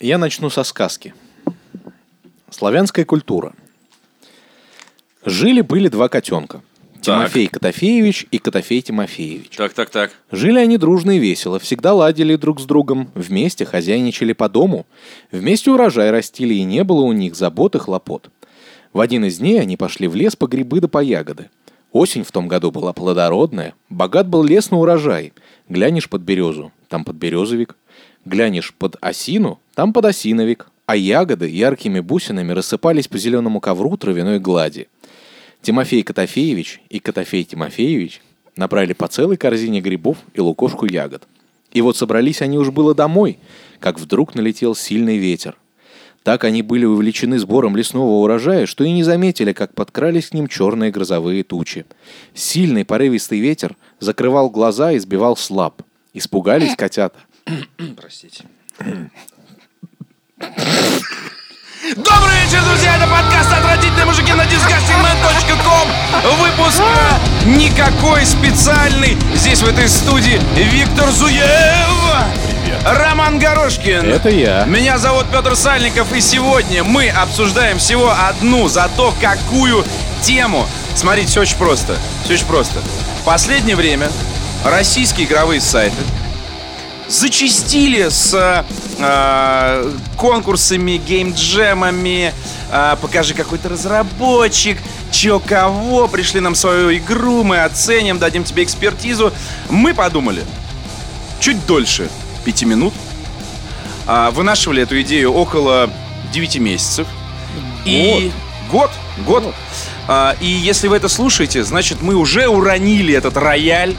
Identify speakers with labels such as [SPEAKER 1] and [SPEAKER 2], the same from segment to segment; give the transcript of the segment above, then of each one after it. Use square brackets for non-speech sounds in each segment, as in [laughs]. [SPEAKER 1] Я начну со сказки. Славянская культура. Жили-были два котенка. Тимофей Котофеевич и Котофей Тимофеевич.
[SPEAKER 2] Так, так, так.
[SPEAKER 1] Жили они дружно и весело, всегда ладили друг с другом, вместе хозяйничали по дому, вместе урожай растили, и не было у них забот и хлопот. В один из дней они пошли в лес по грибы да по ягоды. Осень в том году была плодородная, богат был лес на урожай. Глянешь под березу, там под березовик. Глянешь под осину, там под осиновик. А ягоды яркими бусинами рассыпались по зеленому ковру травяной глади. Тимофей Котофеевич и Котофей Тимофеевич набрали по целой корзине грибов и лукошку ягод. И вот собрались они уж было домой, как вдруг налетел сильный ветер. Так они были увлечены сбором лесного урожая, что и не заметили, как подкрались к ним черные грозовые тучи. Сильный порывистый ветер закрывал глаза и сбивал слаб. Испугались котята.
[SPEAKER 2] Простите. Добрый вечер, друзья! Это подкаст «Отвратительные мужики» на disgustingman.com Выпуск э, никакой специальный. Здесь, в этой студии, Виктор Зуев. Роман Горошкин.
[SPEAKER 1] Это я.
[SPEAKER 2] Меня зовут Петр Сальников, и сегодня мы обсуждаем всего одну, зато какую тему. Смотрите, все очень просто. Все очень просто. В последнее время российские игровые сайты зачистили с э, э, конкурсами, геймджемами. э, покажи какой-то разработчик, чё кого, пришли нам свою игру, мы оценим, дадим тебе экспертизу. Мы подумали, чуть дольше пяти минут, а, вынашивали эту идею около 9 месяцев. И год, год. А, и если вы это слушаете, значит мы уже уронили этот рояль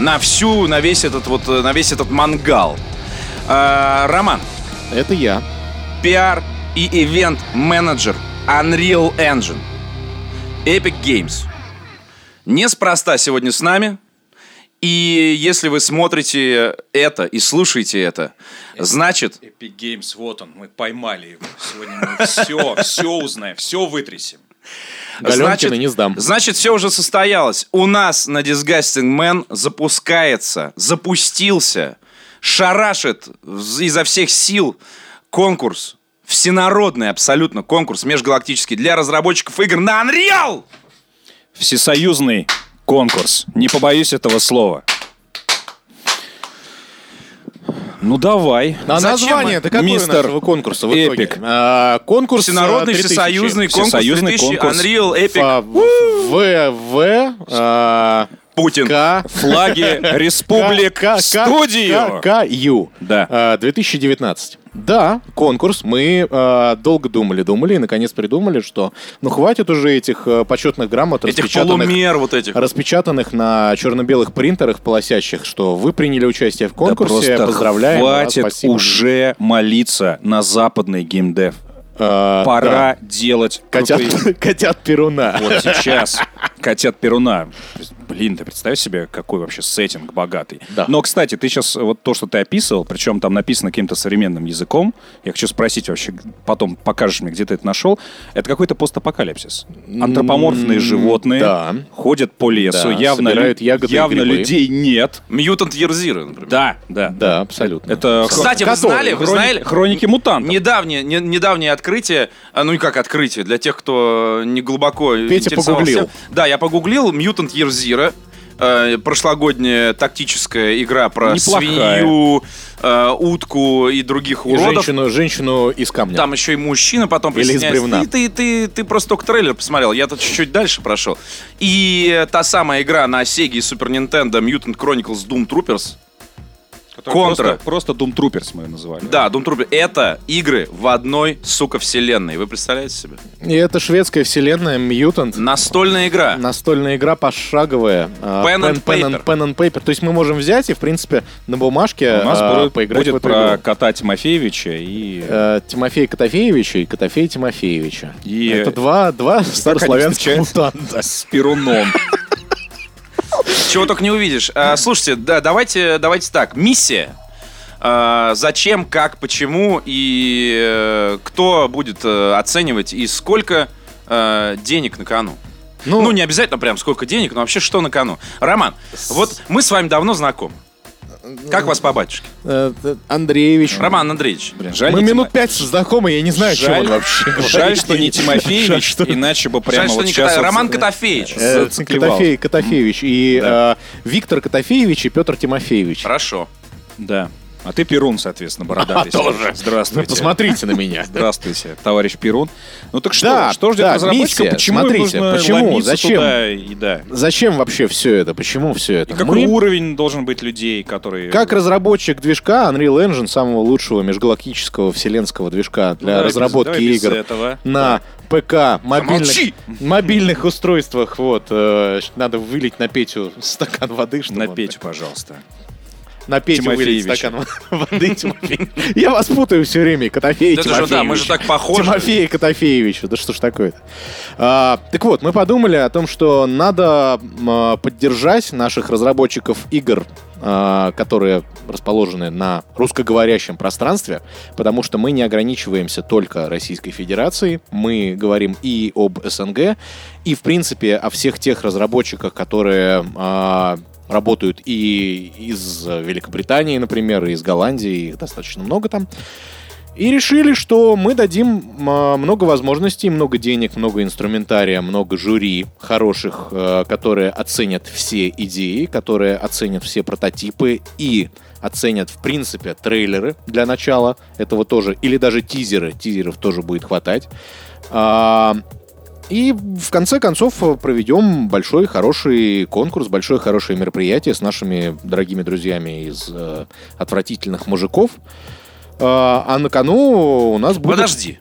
[SPEAKER 2] на всю, на весь этот вот, э, на весь этот мангал. А, Роман,
[SPEAKER 1] Это я.
[SPEAKER 2] пиар и ивент менеджер Unreal Engine. Epic Games. Неспроста сегодня с нами. И если вы смотрите это и слушаете это, значит,
[SPEAKER 3] Epic Games, вот он, мы поймали его. Сегодня мы все, все узнаем, все вытрясем.
[SPEAKER 1] Галенкина не сдам.
[SPEAKER 2] Значит, все уже состоялось. У нас на Disgusting Man запускается, запустился, шарашит вз- изо всех сил конкурс. Всенародный абсолютно конкурс межгалактический для разработчиков игр на Unreal!
[SPEAKER 3] Всесоюзный конкурс. Не побоюсь этого слова. Ну давай.
[SPEAKER 1] А
[SPEAKER 2] Зачем
[SPEAKER 1] название
[SPEAKER 2] мы-
[SPEAKER 1] это какое
[SPEAKER 3] Мистер
[SPEAKER 1] нашего конкурса в итоге?
[SPEAKER 3] Эпик.
[SPEAKER 1] А, конкурс
[SPEAKER 2] Всенародный
[SPEAKER 1] а, 3000.
[SPEAKER 2] всесоюзный конкурс
[SPEAKER 3] Всесоюзный
[SPEAKER 2] 3000
[SPEAKER 3] конкурс.
[SPEAKER 2] Unreal Epic
[SPEAKER 1] Фа- В В а,
[SPEAKER 2] Путин.
[SPEAKER 1] К
[SPEAKER 3] Флаги республик
[SPEAKER 1] К- К- К-
[SPEAKER 3] студию.
[SPEAKER 1] К- К- Ю.
[SPEAKER 3] Да.
[SPEAKER 1] А, 2019. Да, конкурс. Мы а, долго думали, думали и наконец придумали, что ну хватит уже этих а, почетных грамот,
[SPEAKER 2] Этих
[SPEAKER 1] распечатанных,
[SPEAKER 2] полумер вот этих.
[SPEAKER 1] распечатанных на черно-белых принтерах полосящих, что вы приняли участие в
[SPEAKER 3] Да
[SPEAKER 1] конкурсе.
[SPEAKER 3] просто
[SPEAKER 1] Поздравляем. вас,
[SPEAKER 3] хватит
[SPEAKER 1] спасибо.
[SPEAKER 3] уже молиться на западный геймдев.
[SPEAKER 1] А, да.
[SPEAKER 3] Пора делать
[SPEAKER 1] Котят, [laughs]
[SPEAKER 3] крутые
[SPEAKER 1] котят Перуна.
[SPEAKER 3] Вот сейчас котят Перуна. Блин, ты представь себе, какой вообще сеттинг богатый.
[SPEAKER 1] Да.
[SPEAKER 3] Но, кстати, ты сейчас вот то, что ты описывал, причем там написано каким-то современным языком. Я хочу спросить вообще, потом покажешь мне, где ты это нашел. Это какой-то постапокалипсис. Антропоморфные
[SPEAKER 1] М,
[SPEAKER 3] животные
[SPEAKER 1] да.
[SPEAKER 3] ходят по лесу,
[SPEAKER 1] Да,
[SPEAKER 3] явно,
[SPEAKER 1] собирают ягоды и
[SPEAKER 3] явно
[SPEAKER 1] грибы.
[SPEAKER 3] людей нет.
[SPEAKER 2] Мьютант Ерзира, например.
[SPEAKER 3] Да, да.
[SPEAKER 1] Да, абсолютно.
[SPEAKER 3] Это
[SPEAKER 2] Кстати, вы
[SPEAKER 1] Который?
[SPEAKER 2] знали, вы
[SPEAKER 3] хрони-
[SPEAKER 2] знали,
[SPEAKER 3] хроники мутантов.
[SPEAKER 2] Недавнее, не- недавнее открытие, а, ну и как открытие, для тех, кто не глубоко
[SPEAKER 1] Петя
[SPEAKER 2] интересовался.
[SPEAKER 1] погуглил.
[SPEAKER 2] Да, я погуглил Mutant Year Zero. э, прошлогодняя тактическая игра про
[SPEAKER 3] Неплохая.
[SPEAKER 2] свинью, э, утку и других
[SPEAKER 1] И
[SPEAKER 2] уродов.
[SPEAKER 1] женщину, женщину из камня.
[SPEAKER 2] Там еще и мужчина потом
[SPEAKER 1] Или из
[SPEAKER 2] присоединяется.
[SPEAKER 1] бревна.
[SPEAKER 2] И ты, ты, ты просто только трейлер посмотрел, я тут чуть-чуть дальше прошел. И э, та самая игра на Sega и Super Nintendo Mutant Chronicles Doom Troopers. Контра.
[SPEAKER 3] Просто, просто Doom Troopers мы ее называли.
[SPEAKER 2] Да, Doom Troopers. Это игры в одной, сука, вселенной. Вы представляете себе?
[SPEAKER 1] И это шведская вселенная Мьютант.
[SPEAKER 2] Настольная игра.
[SPEAKER 1] Настольная игра пошаговая. а,
[SPEAKER 2] Pen and paper.
[SPEAKER 1] pen and paper. То есть мы можем взять и, в принципе, на бумажке
[SPEAKER 3] У нас
[SPEAKER 1] а,
[SPEAKER 3] будет,
[SPEAKER 1] поиграть
[SPEAKER 3] будет
[SPEAKER 1] в эту
[SPEAKER 3] про
[SPEAKER 1] игру.
[SPEAKER 3] кота Тимофеевича и...
[SPEAKER 1] Э, Тимофея Котофеевича и Котофея Тимофеевича.
[SPEAKER 3] И-
[SPEAKER 1] Это два, два старославянских
[SPEAKER 3] они
[SPEAKER 1] мутанта.
[SPEAKER 3] с Перуном.
[SPEAKER 2] Чего только не увидишь. А, слушайте, да, давайте, давайте так. Миссия. А, зачем, как, почему и э, кто будет э, оценивать и сколько э, денег на кону? Ну, не обязательно прям сколько денег, но вообще что на кону. Роман, вот мы с вами давно знакомы. Как вас по батюшке?
[SPEAKER 1] Э, э, Андреевич.
[SPEAKER 2] Роман Андреевич.
[SPEAKER 3] Блин, жаль,
[SPEAKER 1] Мы
[SPEAKER 3] не
[SPEAKER 1] минут
[SPEAKER 3] Тимо-
[SPEAKER 1] пять знакомы, я не знаю, что
[SPEAKER 3] жаль-
[SPEAKER 1] он вообще.
[SPEAKER 3] [laughs] Жаль, что
[SPEAKER 1] [laughs] Жаль,
[SPEAKER 3] не Тимофеевич,
[SPEAKER 1] что-
[SPEAKER 3] иначе бы прямо
[SPEAKER 2] Жаль, что
[SPEAKER 3] вот
[SPEAKER 2] не
[SPEAKER 3] сейчас...
[SPEAKER 2] Кота-
[SPEAKER 3] вот-
[SPEAKER 2] Роман Котофеевич.
[SPEAKER 3] Э,
[SPEAKER 1] Э,
[SPEAKER 3] зацикливал.
[SPEAKER 1] Котофей- Котофеевич и э, Виктор Котофеевич и Петр Тимофеевич.
[SPEAKER 2] Хорошо.
[SPEAKER 3] Да. А ты Перун, соответственно,
[SPEAKER 2] [laughs]
[SPEAKER 3] бородатый. тоже.
[SPEAKER 1] Вы
[SPEAKER 3] Здравствуйте.
[SPEAKER 1] посмотрите на меня.
[SPEAKER 3] Здравствуйте, товарищ Перун. Ну так что,
[SPEAKER 1] Да,
[SPEAKER 3] что ждет
[SPEAKER 1] да,
[SPEAKER 3] разработчика?
[SPEAKER 1] миссия.
[SPEAKER 3] Почему им
[SPEAKER 1] Смотрите,
[SPEAKER 3] нужно
[SPEAKER 1] почему,
[SPEAKER 3] ломиться
[SPEAKER 1] зачем?
[SPEAKER 3] туда и да?
[SPEAKER 1] Зачем вообще все это? Почему все
[SPEAKER 3] И
[SPEAKER 1] это?
[SPEAKER 3] какой
[SPEAKER 1] Мы,
[SPEAKER 3] уровень должен быть людей, которые...
[SPEAKER 1] как разработчик движка Unreal Engine, самого лучшего межгалактического вселенского движка для
[SPEAKER 3] Ну, давай без-
[SPEAKER 1] разработки
[SPEAKER 3] давай без
[SPEAKER 1] игр
[SPEAKER 3] этого.
[SPEAKER 1] на ПК, мобильных,
[SPEAKER 2] Замолчи!
[SPEAKER 1] мобильных устройствах, вот, э, надо вылить на Петю стакан воды, чтобы
[SPEAKER 3] На
[SPEAKER 1] он-
[SPEAKER 3] Петю, пожалуйста.
[SPEAKER 1] на Петю вылить
[SPEAKER 3] Тимофеевича.
[SPEAKER 1] стакан воды, Тимофей. Я вас путаю все время, Котофей и
[SPEAKER 2] Это же, да, мы же
[SPEAKER 1] Тимофеевич.
[SPEAKER 2] так похожи.
[SPEAKER 1] Тимофея Котофеевича. Да что ж такое-то? А, так вот, мы подумали о том, что надо м, а, поддержать наших разработчиков игр, а, которые расположены на русскоговорящем пространстве, потому что мы не ограничиваемся только Российской Федерацией, мы говорим и об СНГ, и, в принципе, о всех тех разработчиках, которые а, работают и из Великобритании, например, и из Голландии, их достаточно много там. И решили, что мы дадим э, много возможностей, много денег, много инструментария, много жюри хороших, э, которые оценят все идеи, которые оценят все прототипы и оценят, в принципе, трейлеры для начала этого тоже, или даже тизеры, тизеров тоже будет хватать. А, и в конце концов э, проведем большой хороший конкурс, большое хорошее мероприятие с нашими дорогими друзьями из э, отвратительных мужиков. А а на кону у нас будет...
[SPEAKER 2] Подожди,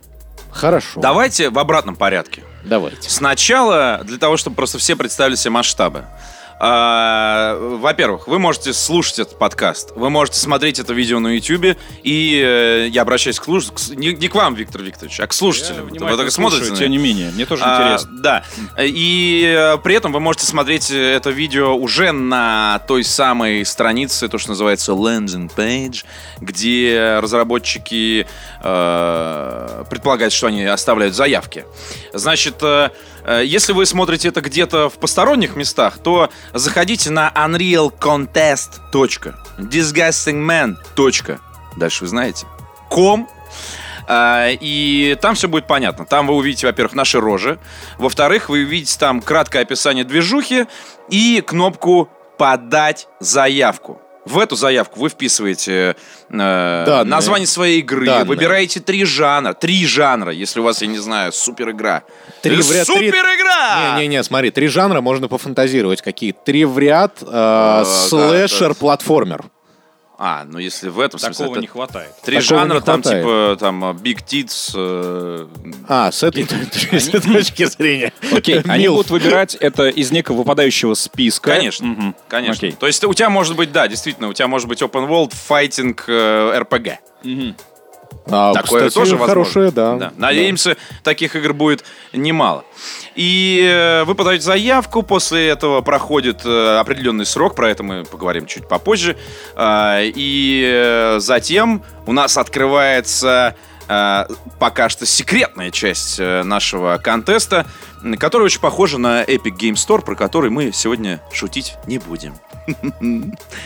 [SPEAKER 1] Хорошо.
[SPEAKER 2] давайте в обратном порядке.
[SPEAKER 1] Давайте.
[SPEAKER 2] Сначала, для того, чтобы просто все представили себе масштабы. А, Во-первых, вы можете слушать этот подкаст, вы можете смотреть это видео на YouTube, и э, я обращаюсь к слуш... к с- не, не к вам, Виктор Викторович, а к слушателю. Вы
[SPEAKER 3] Внимательно
[SPEAKER 2] только
[SPEAKER 3] слушаю,
[SPEAKER 2] смотрите на
[SPEAKER 3] Тем не менее, мне тоже
[SPEAKER 2] А,
[SPEAKER 3] интересно.
[SPEAKER 2] Да. И э, при этом вы можете смотреть э, это видео уже на той самой странице, то, что называется landing page, где разработчики э, предполагают, что они оставляют заявки. Значит, э, э, если вы смотрите это где-то в посторонних местах, то заходите на unrealcontest.disgustingman. Дальше вы знаете. Ком а, И там все будет понятно. Там вы увидите, во-первых, наши рожи. Во-вторых, вы увидите там краткое описание движухи и кнопку «Подать заявку». В эту заявку вы вписываете э, название своей игры,
[SPEAKER 1] Данные.
[SPEAKER 2] выбираете три жанра. Три жанра, если у вас, я не знаю, супер игра.
[SPEAKER 1] Три в ряд, три-
[SPEAKER 2] супер игра!
[SPEAKER 1] Не-не-не, смотри, три жанра можно пофантазировать. Какие? Три в ряд, э,
[SPEAKER 2] да,
[SPEAKER 1] слэшер,
[SPEAKER 2] да.
[SPEAKER 1] платформер.
[SPEAKER 2] А, ну если в этом смысле...
[SPEAKER 3] Такого
[SPEAKER 2] это
[SPEAKER 3] не хватает.
[SPEAKER 2] Три
[SPEAKER 1] Такого
[SPEAKER 2] жанра,
[SPEAKER 1] не
[SPEAKER 2] там
[SPEAKER 1] хватает.
[SPEAKER 2] типа там э, Big Tits, э,
[SPEAKER 1] А, с этой [laughs] с этой точки зрения. [laughs]
[SPEAKER 3] Окей, они
[SPEAKER 1] Милф.
[SPEAKER 3] будут выбирать это из некого выпадающего списка.
[SPEAKER 2] Конечно,
[SPEAKER 3] Мгм.
[SPEAKER 2] конечно.
[SPEAKER 3] Окей.
[SPEAKER 2] То есть у тебя может быть, да, действительно, у тебя может быть open world fighting э, RPG.
[SPEAKER 3] Мгм.
[SPEAKER 1] А,
[SPEAKER 2] Такое
[SPEAKER 1] кстати,
[SPEAKER 2] тоже возможно.
[SPEAKER 1] хорошее, да.
[SPEAKER 2] Да. Надеемся, таких игр будет немало. И э, вы подаете заявку, после этого проходит э, определенный срок, про это мы поговорим чуть попозже. А, и э, затем у нас открывается э, пока что секретная часть э, нашего контеста, м, которая очень похожа на Epic Game Store, про который мы сегодня шутить не будем.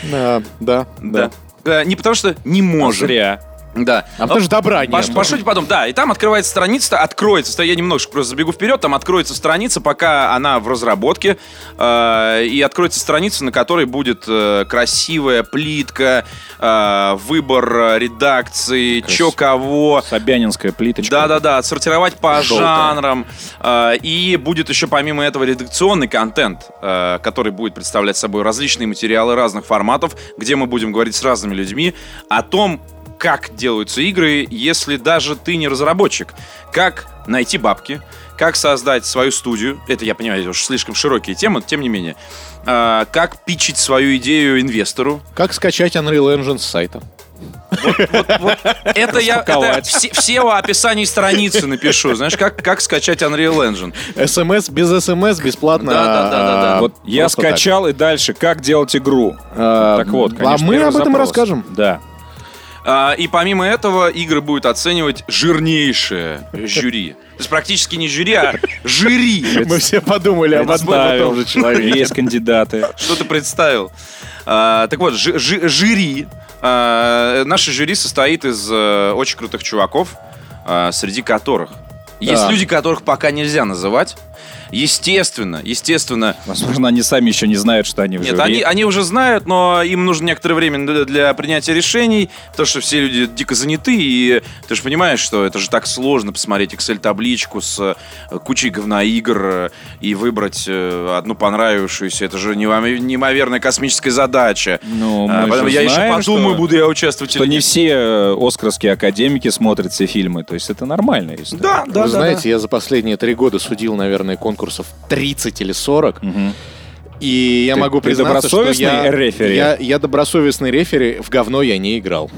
[SPEAKER 1] Да, да.
[SPEAKER 2] Да.
[SPEAKER 1] да.
[SPEAKER 2] Э, Не потому что не можем.
[SPEAKER 3] Зря.
[SPEAKER 2] Да.
[SPEAKER 1] А потому что добра нет.
[SPEAKER 2] Пош- пошути потом, да. И там открывается страница, откроется. ста- Я немножко просто забегу вперед, там откроется страница, пока она в разработке. э, и откроется страница, на которой будет э, красивая плитка, э, выбор э, редакции,
[SPEAKER 3] Красиво.
[SPEAKER 2] чё кого.
[SPEAKER 3] Собянинская плиточка.
[SPEAKER 2] Да-да-да, отсортировать по
[SPEAKER 1] Желтая.
[SPEAKER 2] жанрам. Э, И будет еще помимо этого редакционный контент, э, который будет представлять собой различные материалы разных форматов, где мы будем говорить с разными людьми о том, как делаются игры, если даже ты не разработчик. Как найти бабки, как создать свою студию. Это, я понимаю, это уж слишком широкие темы, но тем не менее. Э, Как пичить свою идею инвестору.
[SPEAKER 1] Как скачать Unreal Engine с сайта?
[SPEAKER 2] Это я это
[SPEAKER 3] Распаковать.
[SPEAKER 2] все, все о описании страницы напишу. Знаешь, как, как скачать Unreal Engine.
[SPEAKER 1] СМС без СМС бесплатно.
[SPEAKER 2] Да-да-да-да-да.
[SPEAKER 1] а,
[SPEAKER 3] Вот я
[SPEAKER 1] просто так.
[SPEAKER 3] скачал и дальше. Как делать игру?
[SPEAKER 1] А,
[SPEAKER 3] так вот,
[SPEAKER 1] а
[SPEAKER 3] конечно,
[SPEAKER 1] мы
[SPEAKER 3] первый
[SPEAKER 1] об этом
[SPEAKER 3] запрос.
[SPEAKER 1] расскажем.
[SPEAKER 3] Да.
[SPEAKER 2] А, И помимо этого игры будет оценивать жирнейшее жюри. То есть практически не жюри, а жюри.
[SPEAKER 1] Мы все подумали об одном и том же человеке.
[SPEAKER 3] Есть кандидаты.
[SPEAKER 2] Что ты представил? А, Так вот, жи- жи- жюри. а, Наше жюри состоит из э, очень крутых чуваков, а, среди которых есть
[SPEAKER 1] Да.
[SPEAKER 2] люди, которых пока нельзя называть. Естественно, естественно,
[SPEAKER 3] Возможно, они сами еще не знают, что они в
[SPEAKER 2] Нет,
[SPEAKER 3] жюри.
[SPEAKER 2] они, а, они уже знают, но им нужно некоторое время для, для принятия решений, потому что все люди дико заняты, и ты же понимаешь, что это же так сложно посмотреть Excel-табличку с э, кучей говноигр э, и выбрать э, одну понравившуюся. Это же нево- неимоверная космическая задача.
[SPEAKER 3] Ну,
[SPEAKER 2] А,
[SPEAKER 3] мы
[SPEAKER 2] поэтому
[SPEAKER 3] же
[SPEAKER 2] я еще
[SPEAKER 3] знаем,
[SPEAKER 2] подумаю,
[SPEAKER 3] что-
[SPEAKER 2] буду я участвовать
[SPEAKER 3] Что
[SPEAKER 2] или
[SPEAKER 3] не
[SPEAKER 2] нет.
[SPEAKER 3] все э, оскаровские академики смотрят все фильмы. То есть это нормальная история.
[SPEAKER 2] Да, да, да.
[SPEAKER 1] Вы
[SPEAKER 2] да.
[SPEAKER 1] знаете, я за последние три года судил, наверное, конкурсов 30 или 40.
[SPEAKER 3] Мгм.
[SPEAKER 1] И я
[SPEAKER 3] Ты-
[SPEAKER 1] могу
[SPEAKER 3] ты
[SPEAKER 1] признаться, что я,
[SPEAKER 3] добросовестный рефери?
[SPEAKER 1] я, я добросовестный рефери, в говно я не играл.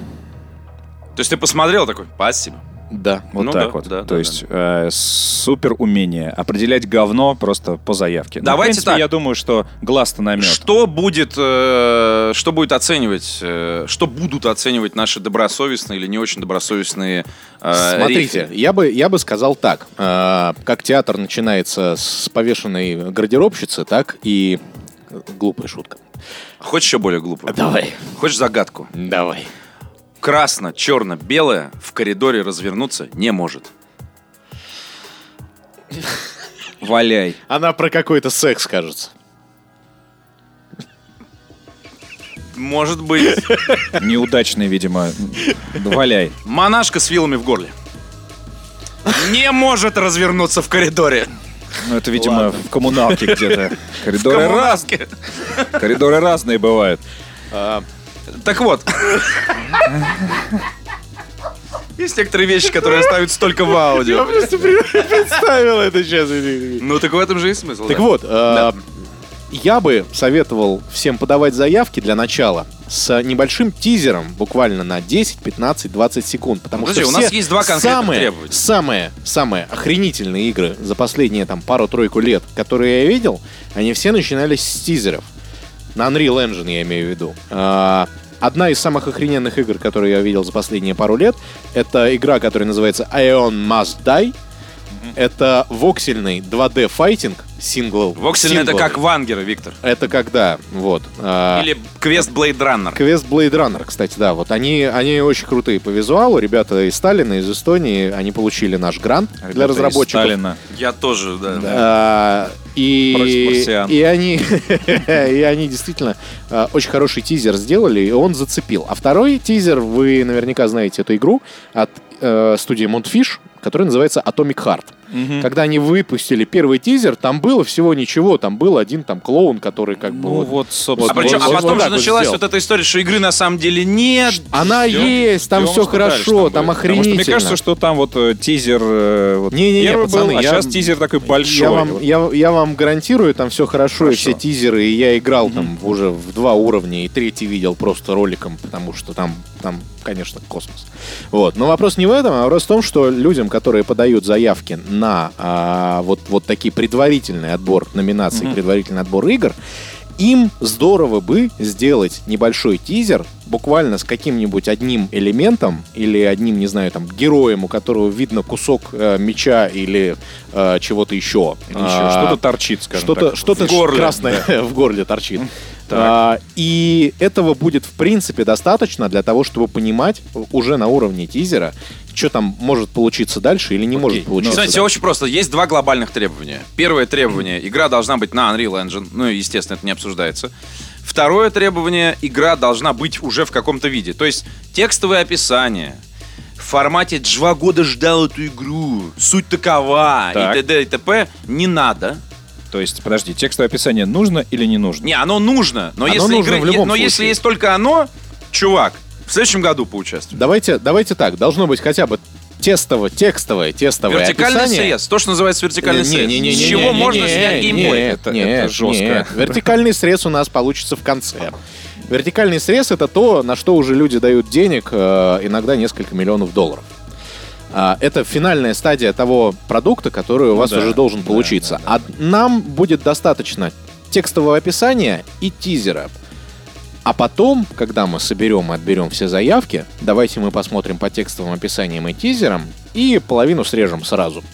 [SPEAKER 2] То есть ты посмотрел такой, спасибо.
[SPEAKER 1] Да.
[SPEAKER 3] Вот
[SPEAKER 2] Ну
[SPEAKER 3] так
[SPEAKER 2] да,
[SPEAKER 3] вот.
[SPEAKER 2] да,
[SPEAKER 3] То
[SPEAKER 2] да,
[SPEAKER 3] есть э, супер умение определять говно просто по заявке. Ну,
[SPEAKER 2] Давайте
[SPEAKER 3] в принципе,
[SPEAKER 2] так.
[SPEAKER 3] я думаю, что глаз-то намет.
[SPEAKER 2] Что будет, э, что будет оценивать, э, что будут оценивать наши добросовестные или не очень добросовестные
[SPEAKER 1] А,
[SPEAKER 2] э,
[SPEAKER 1] Смотрите,
[SPEAKER 2] рефери?
[SPEAKER 1] я бы, я бы сказал так. э, Как театр начинается с повешенной гардеробщицы, так и... Глупая шутка.
[SPEAKER 2] Хочешь еще более глупо?
[SPEAKER 1] Давай.
[SPEAKER 2] Хочешь загадку?
[SPEAKER 1] Давай.
[SPEAKER 2] Красно, черно, белое в коридоре развернуться не может. Валяй.
[SPEAKER 1] Она про какой-то секс, кажется.
[SPEAKER 2] Может быть.
[SPEAKER 3] Неудачный, видимо. Валяй.
[SPEAKER 2] Монашка с вилами в горле. Не может развернуться в коридоре.
[SPEAKER 3] Ну, это, видимо, в коммуналке где-то. Коридоры, раз-
[SPEAKER 2] Коммунарке.
[SPEAKER 3] коридоры разные бывают.
[SPEAKER 1] А,
[SPEAKER 2] Так вот. Есть некоторые вещи, которые остаются только в аудио.
[SPEAKER 1] просто [laughs] представил это сейчас.
[SPEAKER 2] Ну так в этом же и смысл.
[SPEAKER 1] Так
[SPEAKER 2] да.
[SPEAKER 1] вот, э, я бы советовал всем подавать заявки для начала с небольшим тизером буквально на 10, 15, 20 секунд. Потому
[SPEAKER 2] Подожди,
[SPEAKER 1] что
[SPEAKER 2] у нас
[SPEAKER 1] все
[SPEAKER 2] есть два конкретных
[SPEAKER 1] самые,
[SPEAKER 2] требования.
[SPEAKER 1] самые, самые охренительные игры за последние там пару-тройку лет, которые я видел, они все начинались с тизеров. На Unreal Engine я имею в виду. А, Одна из самых охрененных игр, которые я видел за последние пару лет, это игра, которая называется Ion Must Die. Это воксельный 2D файтинг сингл.
[SPEAKER 2] Воксельный это
[SPEAKER 1] сингл.
[SPEAKER 2] как Вангер, Виктор.
[SPEAKER 1] Это когда, вот. а,
[SPEAKER 2] Или квест Blade Runner.
[SPEAKER 1] Квест Blade Runner, кстати, да. Вот они, они очень крутые по визуалу. Ребята из Сталина, из Эстонии, они получили наш грант
[SPEAKER 2] А
[SPEAKER 1] для
[SPEAKER 3] Ребята из
[SPEAKER 1] разработчиков.
[SPEAKER 3] Сталина.
[SPEAKER 2] Я тоже, да.
[SPEAKER 1] А,
[SPEAKER 3] Против
[SPEAKER 1] и,
[SPEAKER 3] марсиан.
[SPEAKER 1] и они [laughs] и они действительно а, очень хороший тизер сделали, и он зацепил. А второй тизер, вы наверняка знаете эту игру от э, студии Montfish, которая называется Atomic Heart.
[SPEAKER 3] Мгм.
[SPEAKER 1] Когда они выпустили первый тизер, там было всего ничего, там был один там клоун, который как бы...
[SPEAKER 3] Ну
[SPEAKER 1] вот-
[SPEAKER 3] вот,
[SPEAKER 2] А,
[SPEAKER 3] собственно.
[SPEAKER 2] причем-
[SPEAKER 1] вот-
[SPEAKER 2] а
[SPEAKER 1] вот
[SPEAKER 2] потом
[SPEAKER 1] так
[SPEAKER 2] же
[SPEAKER 1] вот
[SPEAKER 2] началась
[SPEAKER 1] сделал.
[SPEAKER 2] вот эта история, что игры на самом деле нет.
[SPEAKER 1] Она
[SPEAKER 3] Ждём-
[SPEAKER 1] есть, там
[SPEAKER 3] ждём,
[SPEAKER 1] все
[SPEAKER 3] что дальше
[SPEAKER 1] хорошо,
[SPEAKER 3] там
[SPEAKER 1] там
[SPEAKER 3] будет.
[SPEAKER 1] охренительно.
[SPEAKER 3] Потому что мне кажется, что там вот э, тизер э, вот
[SPEAKER 1] Не-не-не,
[SPEAKER 3] первый
[SPEAKER 1] пацаны,
[SPEAKER 3] был, а
[SPEAKER 1] я-
[SPEAKER 3] сейчас тизер такой большой.
[SPEAKER 1] Я вам, я, я вам гарантирую, там все хорошо, и
[SPEAKER 3] Хорошо.
[SPEAKER 1] все тизеры, и я играл там уже в два уровня, и третий видел просто роликом, потому что там, там, конечно, космос. Вот. Но вопрос не в этом, а вопрос в том, что людям, которые подают заявки на а, вот, вот такие предварительный отбор номинаций,
[SPEAKER 3] Мгм.
[SPEAKER 1] предварительный отбор игр, им здорово бы сделать небольшой тизер, буквально с каким-нибудь одним элементом или одним, не знаю, там, героем, у которого видно кусок э, меча или э, чего-то еще.
[SPEAKER 3] Или ещё что-то торчит, скажем
[SPEAKER 1] Что-то,
[SPEAKER 3] так.
[SPEAKER 1] что-то
[SPEAKER 2] в горле,
[SPEAKER 1] красное [laughs] в горле торчит.
[SPEAKER 3] Так.
[SPEAKER 1] А, и этого будет, в принципе, достаточно для того, чтобы понимать уже на уровне тизера, что там может получиться дальше или не может
[SPEAKER 3] Ну,
[SPEAKER 1] получиться.
[SPEAKER 2] Знаете,
[SPEAKER 1] дальше.
[SPEAKER 2] очень просто. Есть два глобальных требования. Первое требование. Игра должна быть на Unreal Engine. Ну, и, естественно, это не обсуждается. Второе требование. Игра должна быть уже в каком-то виде. То есть текстовое описание. В формате «два года ждал эту игру», «суть такова»
[SPEAKER 3] Так.
[SPEAKER 2] и т.д. и т.п. не надо.
[SPEAKER 3] То есть, подожди, текстовое описание нужно или не нужно?
[SPEAKER 2] Не, оно нужно. Но,
[SPEAKER 1] Оно
[SPEAKER 2] если,
[SPEAKER 1] нужно
[SPEAKER 2] игры-
[SPEAKER 1] в любом
[SPEAKER 2] но если
[SPEAKER 1] случае.
[SPEAKER 2] есть только оно, чувак, в следующем году поучаствуй.
[SPEAKER 1] Давайте, давайте так, должно быть хотя бы тестово, текстовое, тестовое
[SPEAKER 2] Вертикальный
[SPEAKER 1] описание.
[SPEAKER 2] срез. То, что называется вертикальный срез.
[SPEAKER 1] Не, не, не,
[SPEAKER 2] С
[SPEAKER 1] не,
[SPEAKER 2] чего
[SPEAKER 1] не, не,
[SPEAKER 2] можно
[SPEAKER 1] не,
[SPEAKER 2] снять
[SPEAKER 1] не,
[SPEAKER 2] геймплей?
[SPEAKER 1] нет,
[SPEAKER 3] Это-
[SPEAKER 1] нет,
[SPEAKER 3] это жестко.
[SPEAKER 1] нет. Вертикальный срез у нас получится в конце. Вертикальный срез это то, на что уже люди дают денег, э, иногда несколько миллионов долларов. А, Это финальная стадия того продукта, который у вас
[SPEAKER 3] Ну да,
[SPEAKER 1] уже должен
[SPEAKER 3] да,
[SPEAKER 1] получиться.
[SPEAKER 3] да, да,
[SPEAKER 1] А нам будет достаточно текстового описания и тизера. А потом, когда мы соберем и отберем все заявки, давайте мы посмотрим по текстовым описаниям и тизерам и половину срежем сразу.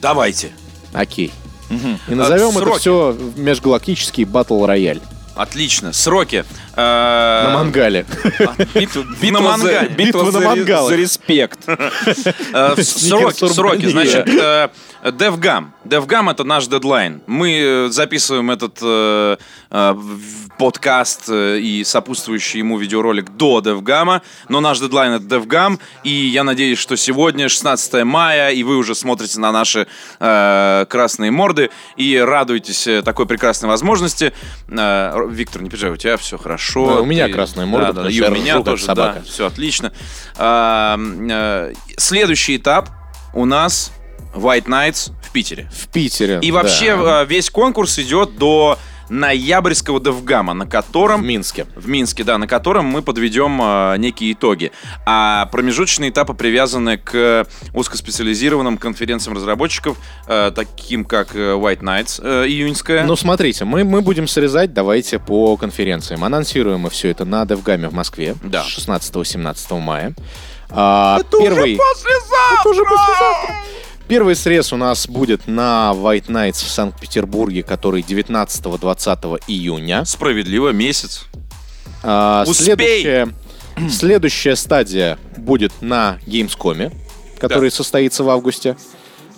[SPEAKER 2] Давайте.
[SPEAKER 1] Окей.
[SPEAKER 3] Мгм.
[SPEAKER 1] И назовем это
[SPEAKER 2] сроки.
[SPEAKER 1] все межгалактический батл рояль
[SPEAKER 2] Отлично. Сроки. Э,
[SPEAKER 1] на
[SPEAKER 2] На
[SPEAKER 1] мангале.
[SPEAKER 3] Битва,
[SPEAKER 2] на
[SPEAKER 3] за-
[SPEAKER 2] мангале.
[SPEAKER 3] битва
[SPEAKER 1] Битва на
[SPEAKER 3] за, ре-
[SPEAKER 1] мангале.
[SPEAKER 3] за [laughs] респект.
[SPEAKER 2] Э, в Сроки,
[SPEAKER 1] Сникерс
[SPEAKER 2] сроки.
[SPEAKER 1] Урбания.
[SPEAKER 2] Значит, э, DevGam. DevGam — это наш дедлайн. Мы э, записываем этот э, э, в- подкаст э, и сопутствующий ему видеоролик до DevGam, но наш дедлайн — это DevGam, и я надеюсь, что сегодня 16 мая, и вы уже смотрите на наши э, красные морды и радуетесь э, такой прекрасной возможности. Э, Р- Виктор, не переживай, у тебя все хорошо.
[SPEAKER 1] Да, у меня
[SPEAKER 2] Ты-
[SPEAKER 1] красная морда,
[SPEAKER 2] Да, да,
[SPEAKER 1] потому
[SPEAKER 2] и
[SPEAKER 1] что я
[SPEAKER 2] у меня
[SPEAKER 1] ржу, как
[SPEAKER 2] тоже,
[SPEAKER 1] собака.
[SPEAKER 2] да. Все отлично. А, м, э, Следующий этап у нас White Nights в Питере.
[SPEAKER 1] В Питере.
[SPEAKER 2] И
[SPEAKER 1] да.
[SPEAKER 2] вообще э, весь конкурс идет до ноябрьского Девгама, на
[SPEAKER 1] в
[SPEAKER 2] котором
[SPEAKER 1] Минске.
[SPEAKER 2] в Минске, да, на котором мы подведем э, некие итоги. А промежуточные этапы привязаны к узкоспециализированным конференциям разработчиков, э, таким как э, White Nights э, июньская.
[SPEAKER 1] Ну, смотрите, мы, мы будем срезать, давайте, по конференциям. Анонсируем мы все это на Девгаме в Москве
[SPEAKER 2] Да.
[SPEAKER 1] с 16-17 мая. А, первый,
[SPEAKER 2] послезавтра!
[SPEAKER 1] Это уже послезавтра. первый срез у нас будет на White Nights в Санкт-Петербурге, который 19-20 июня.
[SPEAKER 2] Справедливо, месяц.
[SPEAKER 1] А,
[SPEAKER 2] Успей!
[SPEAKER 1] Следующая, следующая стадия будет на Gamescom, который состоится в августе.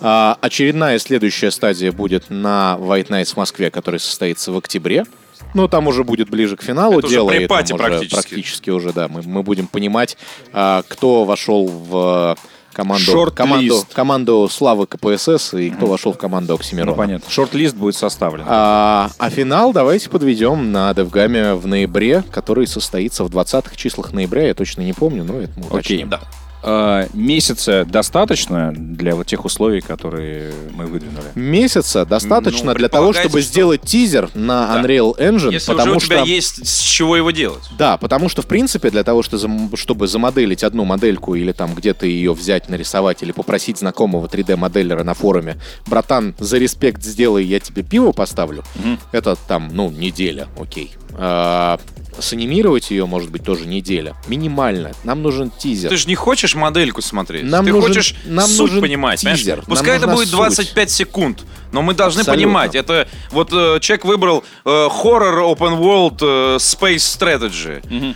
[SPEAKER 1] А, очередная следующая стадия будет на White Nights в Москве, который состоится в октябре. Ну, там уже будет ближе к финалу
[SPEAKER 2] Это уже
[SPEAKER 1] дело.
[SPEAKER 2] при
[SPEAKER 1] и там
[SPEAKER 2] пати
[SPEAKER 1] уже
[SPEAKER 2] практически.
[SPEAKER 1] практически уже, да. Мы, мы будем понимать, а, кто вошел в э, команду,
[SPEAKER 3] Шорт-лист.
[SPEAKER 1] команду, команду Славы КПСС и кто вошел в команду Оксимирона.
[SPEAKER 3] Ну, понятно. Шорт-лист будет составлен.
[SPEAKER 1] А, а финал давайте подведем на Девгаме в ноябре, который состоится в 20-х числах ноября. Я точно не помню, но это мы
[SPEAKER 3] Окей.
[SPEAKER 1] уточним.
[SPEAKER 2] Да.
[SPEAKER 3] А, месяца достаточно для вот тех условий, которые мы выдвинули?
[SPEAKER 1] Месяца достаточно
[SPEAKER 2] Ну,
[SPEAKER 1] для того,
[SPEAKER 2] предполагается,
[SPEAKER 1] чтобы
[SPEAKER 2] что-
[SPEAKER 1] сделать тизер на
[SPEAKER 2] Да.
[SPEAKER 1] Unreal Engine,
[SPEAKER 2] Если
[SPEAKER 1] потому
[SPEAKER 2] уже у
[SPEAKER 1] что
[SPEAKER 2] тебя есть с чего его делать.
[SPEAKER 1] Да, потому что, в принципе, для того, что зам- чтобы замоделить одну модельку или там где-то ее взять, нарисовать, или попросить знакомого 3D-моделлера на форуме, братан, за респект сделай, я тебе пиво поставлю,
[SPEAKER 3] Мгм.
[SPEAKER 1] это там, ну, неделя, окей. А, санимировать ее, может быть, тоже неделя. Минимально. Нам нужен тизер.
[SPEAKER 2] Ты же не хочешь модельку смотреть.
[SPEAKER 1] Нам
[SPEAKER 2] Ты
[SPEAKER 1] нужен-
[SPEAKER 2] хочешь
[SPEAKER 1] нам
[SPEAKER 2] суть
[SPEAKER 1] нужен
[SPEAKER 2] понимать. понимаешь?
[SPEAKER 1] тизер, нам
[SPEAKER 2] Пускай это
[SPEAKER 1] нужна
[SPEAKER 2] будет
[SPEAKER 1] суть.
[SPEAKER 2] 25 секунд. Но мы должны
[SPEAKER 1] Абсолютно.
[SPEAKER 2] понимать, это вот э, человек выбрал э, хоррор open world э, space strategy. Э,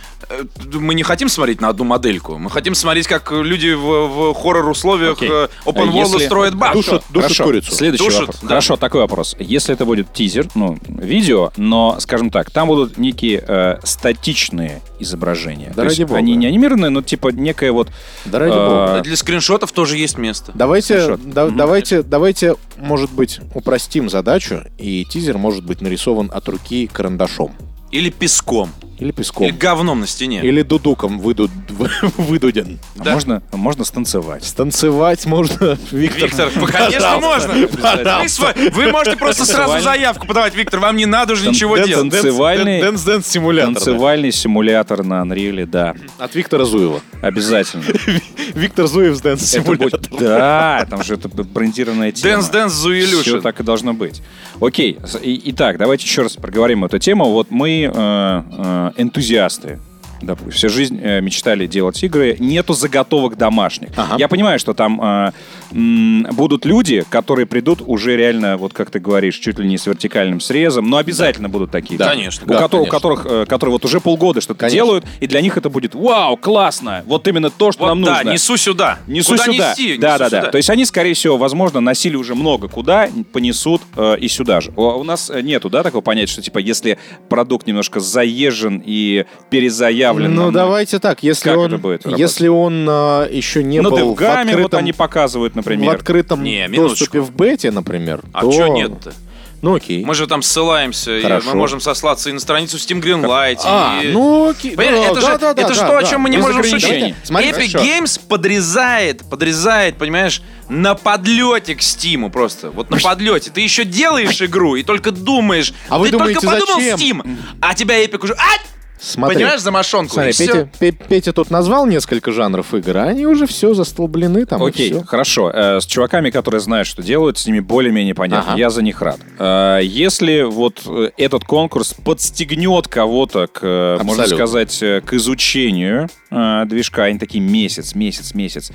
[SPEAKER 2] Мы не хотим смотреть на одну модельку, мы хотим смотреть, как люди в, в хоррор условиях
[SPEAKER 3] Окей.
[SPEAKER 2] э, open world
[SPEAKER 3] Если-
[SPEAKER 2] строят башню.
[SPEAKER 1] Душат, душат
[SPEAKER 3] Хорошо.
[SPEAKER 1] курицу.
[SPEAKER 3] Следующий
[SPEAKER 2] Душат,
[SPEAKER 3] вопрос.
[SPEAKER 2] да.
[SPEAKER 3] Хорошо, такой вопрос. Если это будет тизер, ну, видео, но, скажем так, там будут некие э, статичные изображения.
[SPEAKER 1] Да
[SPEAKER 3] То есть
[SPEAKER 1] ради бога.
[SPEAKER 3] Они не анимированные, но типа некое вот...
[SPEAKER 1] Да ради
[SPEAKER 3] А,
[SPEAKER 1] бога.
[SPEAKER 2] Для скриншотов тоже есть место.
[SPEAKER 1] Давайте,
[SPEAKER 3] Хорошо.
[SPEAKER 1] да- давайте, давайте, может быть, упростим задачу, и тизер может быть нарисован от руки карандашом.
[SPEAKER 2] Или песком.
[SPEAKER 1] Или песком.
[SPEAKER 2] Или говном на стене.
[SPEAKER 1] Или дудуком выду- [laughs] выдуден.
[SPEAKER 3] а
[SPEAKER 2] Да.
[SPEAKER 3] Можно, можно станцевать.
[SPEAKER 1] Станцевать можно, Виктор.
[SPEAKER 2] Виктор, ну, конечно,
[SPEAKER 1] Пожалуйста.
[SPEAKER 2] можно. Вы сво- Вы можете просто сразу заявку подавать, Виктор, вам не надо уже
[SPEAKER 3] Тан-
[SPEAKER 2] ничего
[SPEAKER 3] тан-
[SPEAKER 2] делать.
[SPEAKER 3] Танцевальный-
[SPEAKER 1] Дэнс-дэнс симулятор.
[SPEAKER 3] Танцевальный симулятор на Unreal, да,
[SPEAKER 1] да. От Виктора Зуева.
[SPEAKER 3] обязательно.
[SPEAKER 1] [laughs] Виктор Зуев с
[SPEAKER 3] Это будет-
[SPEAKER 1] дэнс-симулятором.
[SPEAKER 3] Да, там же это б- брендированная тема.
[SPEAKER 2] Дэнс Дэнс
[SPEAKER 3] Все
[SPEAKER 2] Зуилюшин.
[SPEAKER 3] так и должно быть. Окей, с- и- итак, давайте еще раз проговорим эту тему. Вот мы э, э, энтузиасты. Допустим, всю жизнь э, мечтали делать игры, нету заготовок домашних.
[SPEAKER 1] Ага.
[SPEAKER 3] Я понимаю, что там э, м, будут люди, которые придут уже реально, вот как ты говоришь, чуть ли не с вертикальным срезом, но обязательно будут такие.
[SPEAKER 2] Да.
[SPEAKER 3] да?
[SPEAKER 2] Конечно.
[SPEAKER 3] У,
[SPEAKER 1] Да,
[SPEAKER 3] кото- у
[SPEAKER 1] конечно.
[SPEAKER 3] которых, э, которые вот уже полгода что-то
[SPEAKER 1] Конечно.
[SPEAKER 3] делают, и для них это будет вау, классно, вот именно то, что
[SPEAKER 2] Вот
[SPEAKER 3] нам
[SPEAKER 2] да,
[SPEAKER 3] нужно.
[SPEAKER 2] несу сюда.
[SPEAKER 3] Несу
[SPEAKER 2] Куда
[SPEAKER 3] сюда.
[SPEAKER 2] нести?
[SPEAKER 3] да,
[SPEAKER 2] Несу
[SPEAKER 3] да,
[SPEAKER 2] сюда.
[SPEAKER 3] да. То есть они, скорее всего, возможно, носили уже много куда, понесут э, и сюда же. О, у нас э, нету, да, такого понятия, что типа если продукт немножко заезжен и перезаявлен.
[SPEAKER 1] Ну,
[SPEAKER 3] нам-
[SPEAKER 1] давайте так, если
[SPEAKER 3] Как
[SPEAKER 1] он,
[SPEAKER 3] это будет работать?
[SPEAKER 1] если он а, еще не
[SPEAKER 3] Ну,
[SPEAKER 1] был в
[SPEAKER 3] Девгаме
[SPEAKER 1] открытом,
[SPEAKER 3] вот они показывают,
[SPEAKER 1] в
[SPEAKER 3] например.
[SPEAKER 1] открытом
[SPEAKER 2] Не, минуточку.
[SPEAKER 1] доступе в бете, например,
[SPEAKER 2] А
[SPEAKER 1] то...
[SPEAKER 2] чё нет-то?
[SPEAKER 1] Ну, окей.
[SPEAKER 2] Мы же там ссылаемся, и
[SPEAKER 1] Хорошо.
[SPEAKER 2] мы можем сослаться и на страницу Steam Greenlight.
[SPEAKER 1] А,
[SPEAKER 2] и-
[SPEAKER 1] ну, окей.
[SPEAKER 2] Понимаете,
[SPEAKER 1] Да,
[SPEAKER 2] это
[SPEAKER 1] да,
[SPEAKER 2] же,
[SPEAKER 1] да, да,
[SPEAKER 2] это же
[SPEAKER 1] да,
[SPEAKER 2] то, о
[SPEAKER 1] да.
[SPEAKER 2] чем мы не
[SPEAKER 3] Без
[SPEAKER 2] можем
[SPEAKER 3] ограничений.
[SPEAKER 2] шутить.
[SPEAKER 1] Давайте, смотри,
[SPEAKER 2] Epic
[SPEAKER 1] хорошо.
[SPEAKER 2] Games подрезает, подрезает, понимаешь, на подлете к Стиму просто. Вот на подлете. Ты еще делаешь игру и только думаешь.
[SPEAKER 1] А вы
[SPEAKER 2] Ты
[SPEAKER 1] думаете,
[SPEAKER 2] только подумал
[SPEAKER 1] зачем?
[SPEAKER 2] Steam, а тебя Epic уже... А!
[SPEAKER 1] Смотри.
[SPEAKER 2] Понимаешь, за мошонку.
[SPEAKER 1] Смотри,
[SPEAKER 2] и всё.
[SPEAKER 1] Петя, Пе- Петя тут назвал несколько жанров игр, а они уже все застолблены там. и
[SPEAKER 3] Окей,
[SPEAKER 1] всё.
[SPEAKER 3] хорошо. Э, С чуваками, которые знают, что делают, с ними более-менее понятно.
[SPEAKER 1] Ага.
[SPEAKER 3] Я за них рад. Э, Если вот э, этот конкурс подстегнет кого-то к, э, можно
[SPEAKER 1] Абсолютно.
[SPEAKER 3] сказать, э, к изучению э, движка, они такие месяц, месяц, месяц.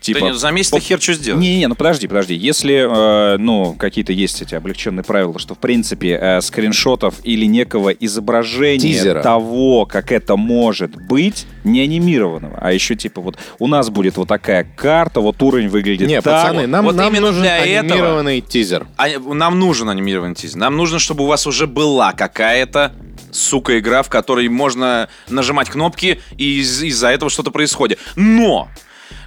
[SPEAKER 3] Типа
[SPEAKER 2] Да
[SPEAKER 1] типа,
[SPEAKER 2] нет, за месяц ты хер что сделаешь.
[SPEAKER 3] Не-не-не, ну подожди, подожди. Если, э, ну, какие-то есть эти облегченные правила, что, в принципе, э, скриншотов или некого изображения
[SPEAKER 1] Тизера.
[SPEAKER 3] того, как это может быть, не анимированного, а еще, типа, вот у нас будет вот такая карта, вот уровень выглядит
[SPEAKER 1] Не,
[SPEAKER 3] так.
[SPEAKER 1] пацаны, нам,
[SPEAKER 2] вот
[SPEAKER 1] нам
[SPEAKER 2] именно
[SPEAKER 1] нужен
[SPEAKER 2] для этого.
[SPEAKER 1] анимированный тизер.
[SPEAKER 2] А нам нужен анимированный тизер. Нам нужно, чтобы у вас уже была какая-то сука игра, в которой можно нажимать кнопки и из- из-за этого что-то происходит. Но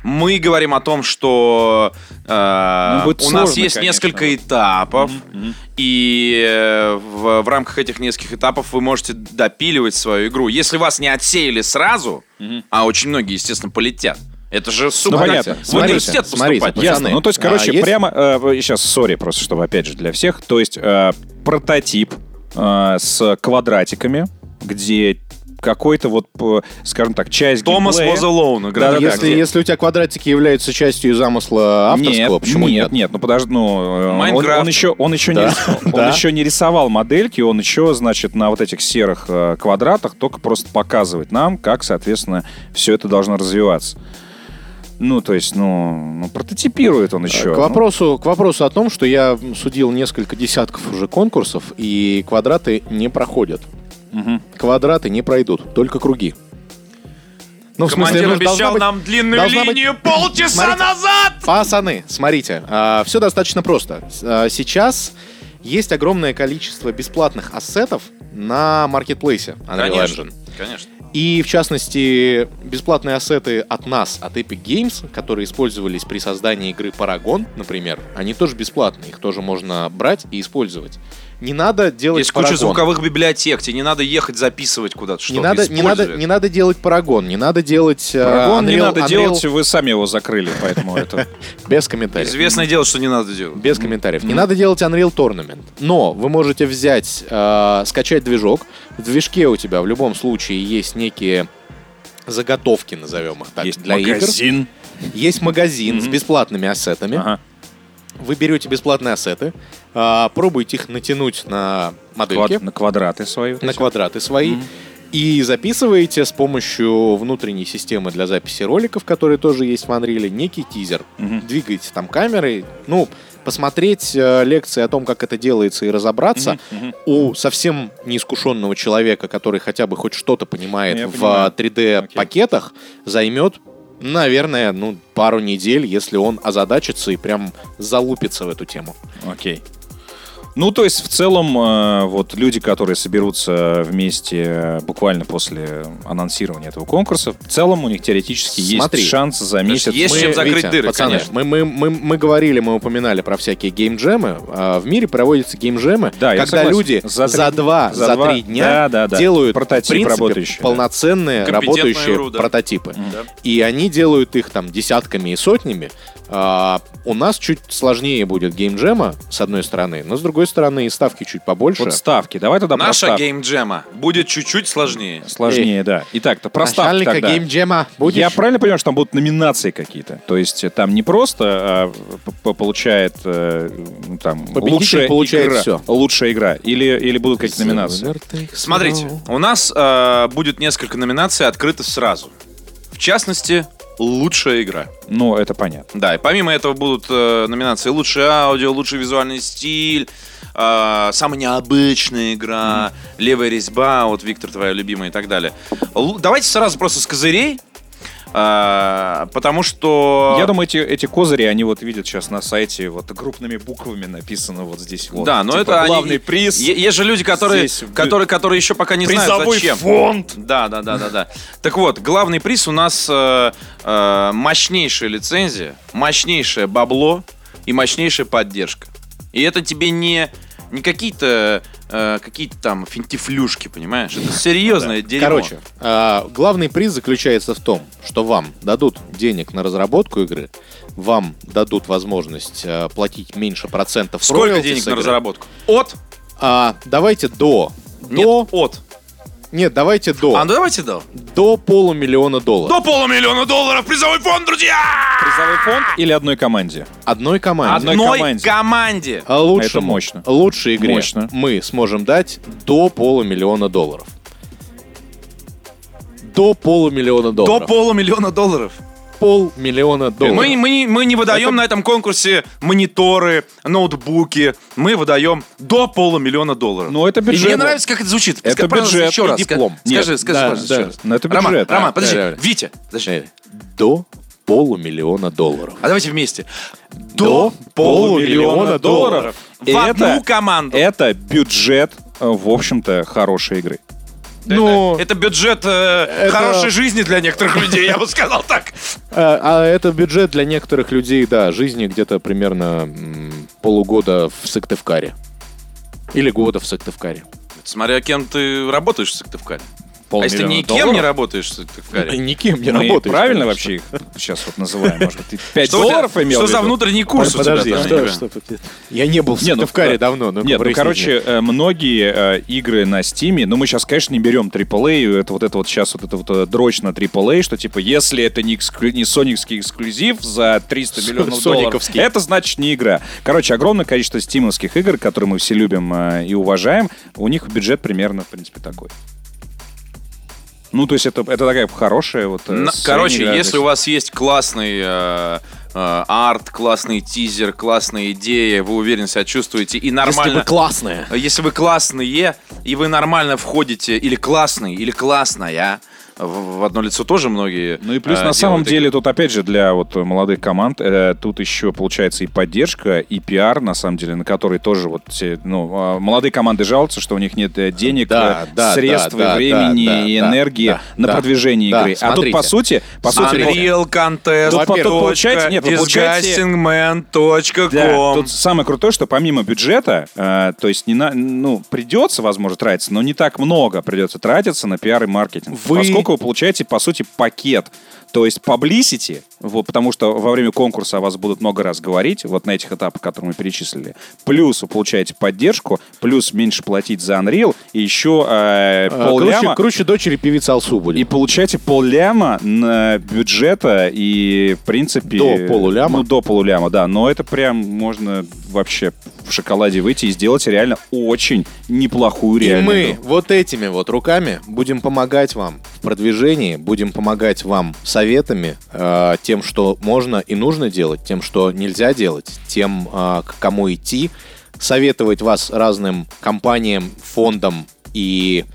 [SPEAKER 2] мы говорим о том, что э,
[SPEAKER 3] Ну, будет
[SPEAKER 2] у
[SPEAKER 3] сложно,
[SPEAKER 2] нас есть
[SPEAKER 3] конечно.
[SPEAKER 2] несколько этапов, и э, в, в рамках этих нескольких этапов вы можете допиливать свою игру. Если вас не отсеяли сразу, а очень многие, естественно, полетят. Это же супер.
[SPEAKER 3] Ну, понятно.
[SPEAKER 2] В
[SPEAKER 1] Смотрите,
[SPEAKER 2] университет
[SPEAKER 1] смотрите,
[SPEAKER 2] поступать.
[SPEAKER 1] пацаны.
[SPEAKER 3] Ясно. Ну, то есть, короче,
[SPEAKER 1] А, есть?
[SPEAKER 3] прямо... э, сейчас, сори, просто, чтобы, опять же, для всех. То есть, э, прототип э, с квадратиками, где какой-то вот, п- скажем так, часть
[SPEAKER 2] Томас
[SPEAKER 3] геймплея-
[SPEAKER 2] was alone. игра
[SPEAKER 3] Да-да-да,
[SPEAKER 1] если,
[SPEAKER 2] такая.
[SPEAKER 1] если у тебя квадратики являются частью замысла авторского,
[SPEAKER 3] нет,
[SPEAKER 1] почему
[SPEAKER 3] нет,
[SPEAKER 1] нет?
[SPEAKER 3] нет, ну подожди, ну э, он,
[SPEAKER 2] Майнкрафт.
[SPEAKER 3] он еще, он еще не,
[SPEAKER 1] Да,
[SPEAKER 3] рисовал, он
[SPEAKER 1] да.
[SPEAKER 3] еще не рисовал модельки, он еще, значит, на вот этих серых э, квадратах только просто показывает нам, как, соответственно, все это должно развиваться. Ну, то есть, ну, ну, прототипирует он ну. еще.
[SPEAKER 1] Э, К вопросу, к вопросу о том, что я судил несколько десятков уже конкурсов, и квадраты не проходят.
[SPEAKER 3] Ну, мгм.
[SPEAKER 1] Квадраты не пройдут, только круги. Ну, в смысле, ну,
[SPEAKER 2] Командир
[SPEAKER 1] должна
[SPEAKER 2] обещал
[SPEAKER 1] быть-
[SPEAKER 2] нам длинную
[SPEAKER 1] должна быть-
[SPEAKER 2] линию полчаса
[SPEAKER 1] Смотрите.
[SPEAKER 2] назад!
[SPEAKER 1] Пацаны, смотрите, все достаточно просто. С- а, Сейчас есть огромное количество бесплатных ассетов на маркетплейсе Unreal Engine.
[SPEAKER 2] Конечно.
[SPEAKER 1] И, в частности, бесплатные ассеты от нас, от Epic Games, которые использовались при создании игры Paragon, например, они тоже бесплатные, их тоже можно брать и использовать. Не надо делать
[SPEAKER 2] Есть куча
[SPEAKER 1] Paragon.
[SPEAKER 2] звуковых библиотек, тебе не надо ехать записывать куда-то что-то.
[SPEAKER 1] Не надо, не, надо,
[SPEAKER 2] используй.
[SPEAKER 1] не надо делать Paragon, не надо делать э,
[SPEAKER 3] Парагон не
[SPEAKER 1] Unreal-
[SPEAKER 3] надо
[SPEAKER 1] Unreal-
[SPEAKER 3] делать, вы сами его закрыли, поэтому это...
[SPEAKER 1] без комментариев.
[SPEAKER 2] Известное дело, что не надо делать.
[SPEAKER 1] Без комментариев. Не
[SPEAKER 3] Мгм.
[SPEAKER 1] надо делать Unreal Tournament. Но вы можете взять, э, скачать движок. В движке у тебя в любом случае есть некие заготовки, назовем их [laughs] так,
[SPEAKER 3] Есть
[SPEAKER 1] для
[SPEAKER 3] магазин.
[SPEAKER 1] игр. Есть магазин с
[SPEAKER 3] Мгм.
[SPEAKER 1] бесплатными ассетами.
[SPEAKER 3] Ага.
[SPEAKER 1] Вы берете бесплатные ассеты, э, пробуете их натянуть на модельки,
[SPEAKER 3] Квад- На квадраты свои.
[SPEAKER 1] на квадраты свои.
[SPEAKER 3] Мгм.
[SPEAKER 1] И записываете с помощью внутренней системы для записи роликов, которые тоже есть в Unreal, некий тизер
[SPEAKER 3] Мгм.
[SPEAKER 1] двигаете там камерой, ну, посмотреть э, лекции о том, как это делается и разобраться,
[SPEAKER 3] Мгм.
[SPEAKER 1] у совсем неискушенного человека, который хотя бы хоть что-то понимает
[SPEAKER 3] Я
[SPEAKER 1] в э,
[SPEAKER 3] понимаю.
[SPEAKER 1] 3D-пакетах, займет, наверное, ну, пару недель, если он озадачится и прям залупится в эту тему.
[SPEAKER 3] Окей. Ну, то есть, в целом, э, вот люди, которые соберутся вместе э, буквально после анонсирования этого конкурса, в целом у них теоретически
[SPEAKER 1] Смотри.
[SPEAKER 3] есть шанс за месяц.
[SPEAKER 2] есть
[SPEAKER 3] Мы-
[SPEAKER 2] чем за- закрыть дыры,
[SPEAKER 1] пацаны,
[SPEAKER 2] конечно.
[SPEAKER 1] Мы, мы, мы, мы говорили, мы упоминали про всякие геймджемы. А, В мире проводятся геймджемы,
[SPEAKER 3] Да, я
[SPEAKER 1] когда
[SPEAKER 3] согласен.
[SPEAKER 1] люди
[SPEAKER 3] За
[SPEAKER 1] за,
[SPEAKER 3] три-
[SPEAKER 1] два,
[SPEAKER 3] за
[SPEAKER 1] за,
[SPEAKER 3] два-
[SPEAKER 1] три дня
[SPEAKER 3] да, да, да.
[SPEAKER 1] делают
[SPEAKER 3] Прототип
[SPEAKER 1] в принципе,
[SPEAKER 3] работающий, да.
[SPEAKER 1] полноценные
[SPEAKER 2] Компетентную
[SPEAKER 1] работающие
[SPEAKER 2] игру, да.
[SPEAKER 1] прототипы.
[SPEAKER 2] Да.
[SPEAKER 1] И они делают их там десятками и сотнями. А, у нас чуть сложнее будет геймджема, с одной стороны, но с другой стороны и ставки чуть побольше.
[SPEAKER 3] Вот ставки. Давай тогда про
[SPEAKER 2] Наша
[SPEAKER 3] ставки.
[SPEAKER 2] геймджема будет чуть-чуть сложнее.
[SPEAKER 3] Сложнее, да. Итак, то про ставки
[SPEAKER 1] Начальника
[SPEAKER 3] тогда.
[SPEAKER 1] геймджема будешь?
[SPEAKER 3] Я правильно понимаю, что там будут номинации какие-то? То есть э, там не просто а, п- п- получает э, ну, там
[SPEAKER 1] Победитель
[SPEAKER 3] лучшая
[SPEAKER 1] получает
[SPEAKER 3] игра,
[SPEAKER 1] всё.
[SPEAKER 3] лучшая игра, или или будут какие-то номинации?
[SPEAKER 2] Смотрите, у нас э, будет несколько номинаций открыто сразу. В частности, лучшая игра.
[SPEAKER 3] Ну это понятно.
[SPEAKER 2] Да, и помимо этого будут э, номинации «Лучшее аудио», «Лучший визуальный стиль», э, «Самая необычная игра», «Левая резьба», вот, Виктор, твоя любимая и так далее. Лу- Давайте сразу просто с козырей, э, потому что...
[SPEAKER 3] Я думаю, эти, эти козыри, они вот видят сейчас на сайте, вот крупными буквами написано вот здесь вот.
[SPEAKER 2] Да, но
[SPEAKER 3] Типа,
[SPEAKER 2] это они-
[SPEAKER 3] главный приз.
[SPEAKER 2] Е- есть же люди, которые,
[SPEAKER 3] Здесь, в-
[SPEAKER 2] которые, которые еще пока не знают,
[SPEAKER 3] Призовой
[SPEAKER 2] зачем.
[SPEAKER 3] фонд.
[SPEAKER 2] Да, да, да, да, да. Так вот, главный приз у нас э, э, мощнейшая лицензия, мощнейшее бабло и мощнейшая поддержка. И это тебе не, не какие-то э, какие-то там финтифлюшки, понимаешь? Это серьезное дерьмо.
[SPEAKER 1] Короче, а, главный приз заключается в том, что вам дадут денег на разработку игры, вам дадут возможность а, платить меньше процентов.
[SPEAKER 2] сколько
[SPEAKER 1] роялти
[SPEAKER 2] денег
[SPEAKER 1] с
[SPEAKER 2] на
[SPEAKER 1] игры.
[SPEAKER 2] разработку? От?
[SPEAKER 1] А, давайте до.
[SPEAKER 2] Нет,
[SPEAKER 1] До,
[SPEAKER 2] от.
[SPEAKER 1] Нет, давайте до.
[SPEAKER 2] А ну давайте до.
[SPEAKER 1] До полумиллиона долларов.
[SPEAKER 2] До полумиллиона долларов призовой фонд, друзья!
[SPEAKER 3] Призовой фонд или одной команде?
[SPEAKER 1] Одной команде.
[SPEAKER 3] Одной команде.
[SPEAKER 2] команде.
[SPEAKER 1] А лучшему,
[SPEAKER 3] Это мощно.
[SPEAKER 1] лучшей игре
[SPEAKER 3] Мощно.
[SPEAKER 1] мы сможем дать до полумиллиона долларов. До полумиллиона долларов.
[SPEAKER 2] До полумиллиона долларов.
[SPEAKER 1] полмиллиона долларов.
[SPEAKER 2] Э, Мы, мы, мы не выдаем на этом конкурсе мониторы, ноутбуки. Мы выдаем до полумиллиона долларов.
[SPEAKER 3] Ну, это
[SPEAKER 2] И
[SPEAKER 3] бюджет.
[SPEAKER 2] мне нравится, как это звучит.
[SPEAKER 3] Это
[SPEAKER 2] Скажи, пожалуйста,
[SPEAKER 3] бюджет
[SPEAKER 2] еще
[SPEAKER 3] и
[SPEAKER 2] раз. ска-
[SPEAKER 3] диплом.
[SPEAKER 2] Скажи,
[SPEAKER 1] Нет,
[SPEAKER 2] скажи,
[SPEAKER 1] да,
[SPEAKER 2] пожалуйста,
[SPEAKER 1] да.
[SPEAKER 2] еще раз.
[SPEAKER 3] Ну, это
[SPEAKER 2] Роман,
[SPEAKER 3] бюджет.
[SPEAKER 2] Роман,
[SPEAKER 1] А,
[SPEAKER 2] подожди.
[SPEAKER 1] да, да.
[SPEAKER 2] Витя, подожди.
[SPEAKER 1] Э, До полумиллиона долларов.
[SPEAKER 2] А давайте вместе.
[SPEAKER 1] До полумиллиона долларов.
[SPEAKER 2] В
[SPEAKER 3] И
[SPEAKER 2] одну
[SPEAKER 3] это- э,
[SPEAKER 2] команду.
[SPEAKER 3] Это бюджет, э, в общем-то, хорошей игры.
[SPEAKER 1] Ну,
[SPEAKER 2] Это бюджет э, хорошей жизни для некоторых людей, я бы сказал так.
[SPEAKER 1] а, а это бюджет для некоторых людей, да, жизни где-то примерно м, полугода в Сыктывкаре. Или года в Сыктывкаре.
[SPEAKER 2] Смотря кем ты работаешь в Сыктывкаре. А если
[SPEAKER 3] Полмиллиона
[SPEAKER 2] никем
[SPEAKER 3] долларов.
[SPEAKER 2] не работаешь в Сыктывкаре,
[SPEAKER 1] Никем не
[SPEAKER 3] Мы
[SPEAKER 1] работаешь.
[SPEAKER 3] правильно
[SPEAKER 1] конечно.
[SPEAKER 3] вообще их сейчас вот называем? Может быть, ты 5
[SPEAKER 2] что, у тебя-
[SPEAKER 3] долларов имел
[SPEAKER 2] что
[SPEAKER 3] в
[SPEAKER 2] за
[SPEAKER 3] виду?
[SPEAKER 2] внутренний курс у тебя
[SPEAKER 1] Подожди,
[SPEAKER 2] там,
[SPEAKER 1] что,
[SPEAKER 2] ребят?
[SPEAKER 1] что- Я не был в
[SPEAKER 3] Не, ну,
[SPEAKER 1] Сыктывкаре
[SPEAKER 3] э,
[SPEAKER 1] давно. ну-ка,
[SPEAKER 3] Нет, ну,
[SPEAKER 1] проясни мне.
[SPEAKER 3] короче, э, многие э, игры на Стиме, ну, мы сейчас, конечно, не берем AAA, это вот это вот сейчас вот это вот э, дрочь на AAA, что, типа, если это не, эксклю- не соникский эксклюзив за 300
[SPEAKER 1] Со-
[SPEAKER 3] миллионов долларов,
[SPEAKER 1] сониковский.
[SPEAKER 3] это значит не игра. Короче, огромное количество стимовских игр, которые мы все любим э, и уважаем, у них бюджет примерно, в принципе, такой. Ну, то есть это, это такая хорошая вот... э,
[SPEAKER 2] На-
[SPEAKER 3] средняя игра,
[SPEAKER 2] Короче,
[SPEAKER 3] то
[SPEAKER 2] если
[SPEAKER 3] есть-
[SPEAKER 2] у вас есть классный э, э, арт, классный тизер, классные идеи, вы уверенно себя чувствуете и
[SPEAKER 1] Если
[SPEAKER 2] нормально...
[SPEAKER 1] бы классная.
[SPEAKER 2] Если вы классные, и вы нормально входите, или классный, или классная, в, в одно лицо тоже многие.
[SPEAKER 3] Ну и плюс
[SPEAKER 1] а,
[SPEAKER 2] э,
[SPEAKER 3] на самом
[SPEAKER 2] делают
[SPEAKER 3] деле тут опять же для вот э, молодых команд э, тут еще получается и поддержка, и пиар на самом деле, на который тоже вот те, ну э, молодые команды жалуются, что у них нет э, денег,
[SPEAKER 1] Да,
[SPEAKER 3] э,
[SPEAKER 1] да,
[SPEAKER 3] средств,
[SPEAKER 1] да, да,
[SPEAKER 3] и времени
[SPEAKER 1] да,
[SPEAKER 3] и
[SPEAKER 1] да,
[SPEAKER 3] энергии
[SPEAKER 1] да,
[SPEAKER 3] на
[SPEAKER 1] да,
[SPEAKER 3] продвижение
[SPEAKER 1] да,
[SPEAKER 3] игры. а тут по
[SPEAKER 1] смотрите.
[SPEAKER 3] сути, по сути,
[SPEAKER 1] Смотрите.
[SPEAKER 2] Unreal Contest.
[SPEAKER 3] Тут по- тут
[SPEAKER 2] точка,
[SPEAKER 3] получаете- нет, вы получаете-
[SPEAKER 2] disgustingman.com.
[SPEAKER 3] Да, тут самое крутое, что помимо бюджета, э, то есть не на, ну придется, возможно, тратиться, но не так много придется тратиться на пиар и маркетинг,
[SPEAKER 1] Вы-
[SPEAKER 3] поскольку вы получаете по сути пакет. То есть publicity, вот, потому что во время конкурса о вас будут много раз говорить, вот на этих этапах, которые мы перечислили. Плюс вы получаете поддержку, плюс меньше платить за Unreal, и еще э,
[SPEAKER 1] Э,
[SPEAKER 3] полляма...
[SPEAKER 1] Круче, круче дочери певицы Алсу
[SPEAKER 3] И
[SPEAKER 1] будет.
[SPEAKER 3] получаете полляма на бюджета и, в принципе...
[SPEAKER 1] До полуляма?
[SPEAKER 3] Ну, до полуляма, да. Но это прям можно вообще в шоколаде выйти и сделать реально очень неплохую
[SPEAKER 1] И
[SPEAKER 3] реальную
[SPEAKER 1] мы
[SPEAKER 3] игру.
[SPEAKER 1] вот этими вот руками будем помогать вам в продвижении, будем помогать вам советами, э, тем, что можно и нужно делать, тем, что нельзя делать, тем, э, к кому идти, советовать вас разным компаниям, фондам и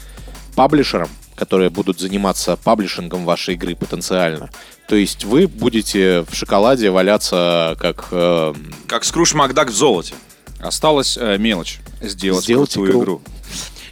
[SPEAKER 1] паблишерам, которые будут заниматься паблишингом вашей игры потенциально. То есть вы будете в шоколаде валяться как... э,
[SPEAKER 2] Как Скруш Макдак в золоте.
[SPEAKER 3] Осталась э, мелочь. Сделать,
[SPEAKER 1] Сделать
[SPEAKER 3] крутую
[SPEAKER 1] игру.
[SPEAKER 3] игру.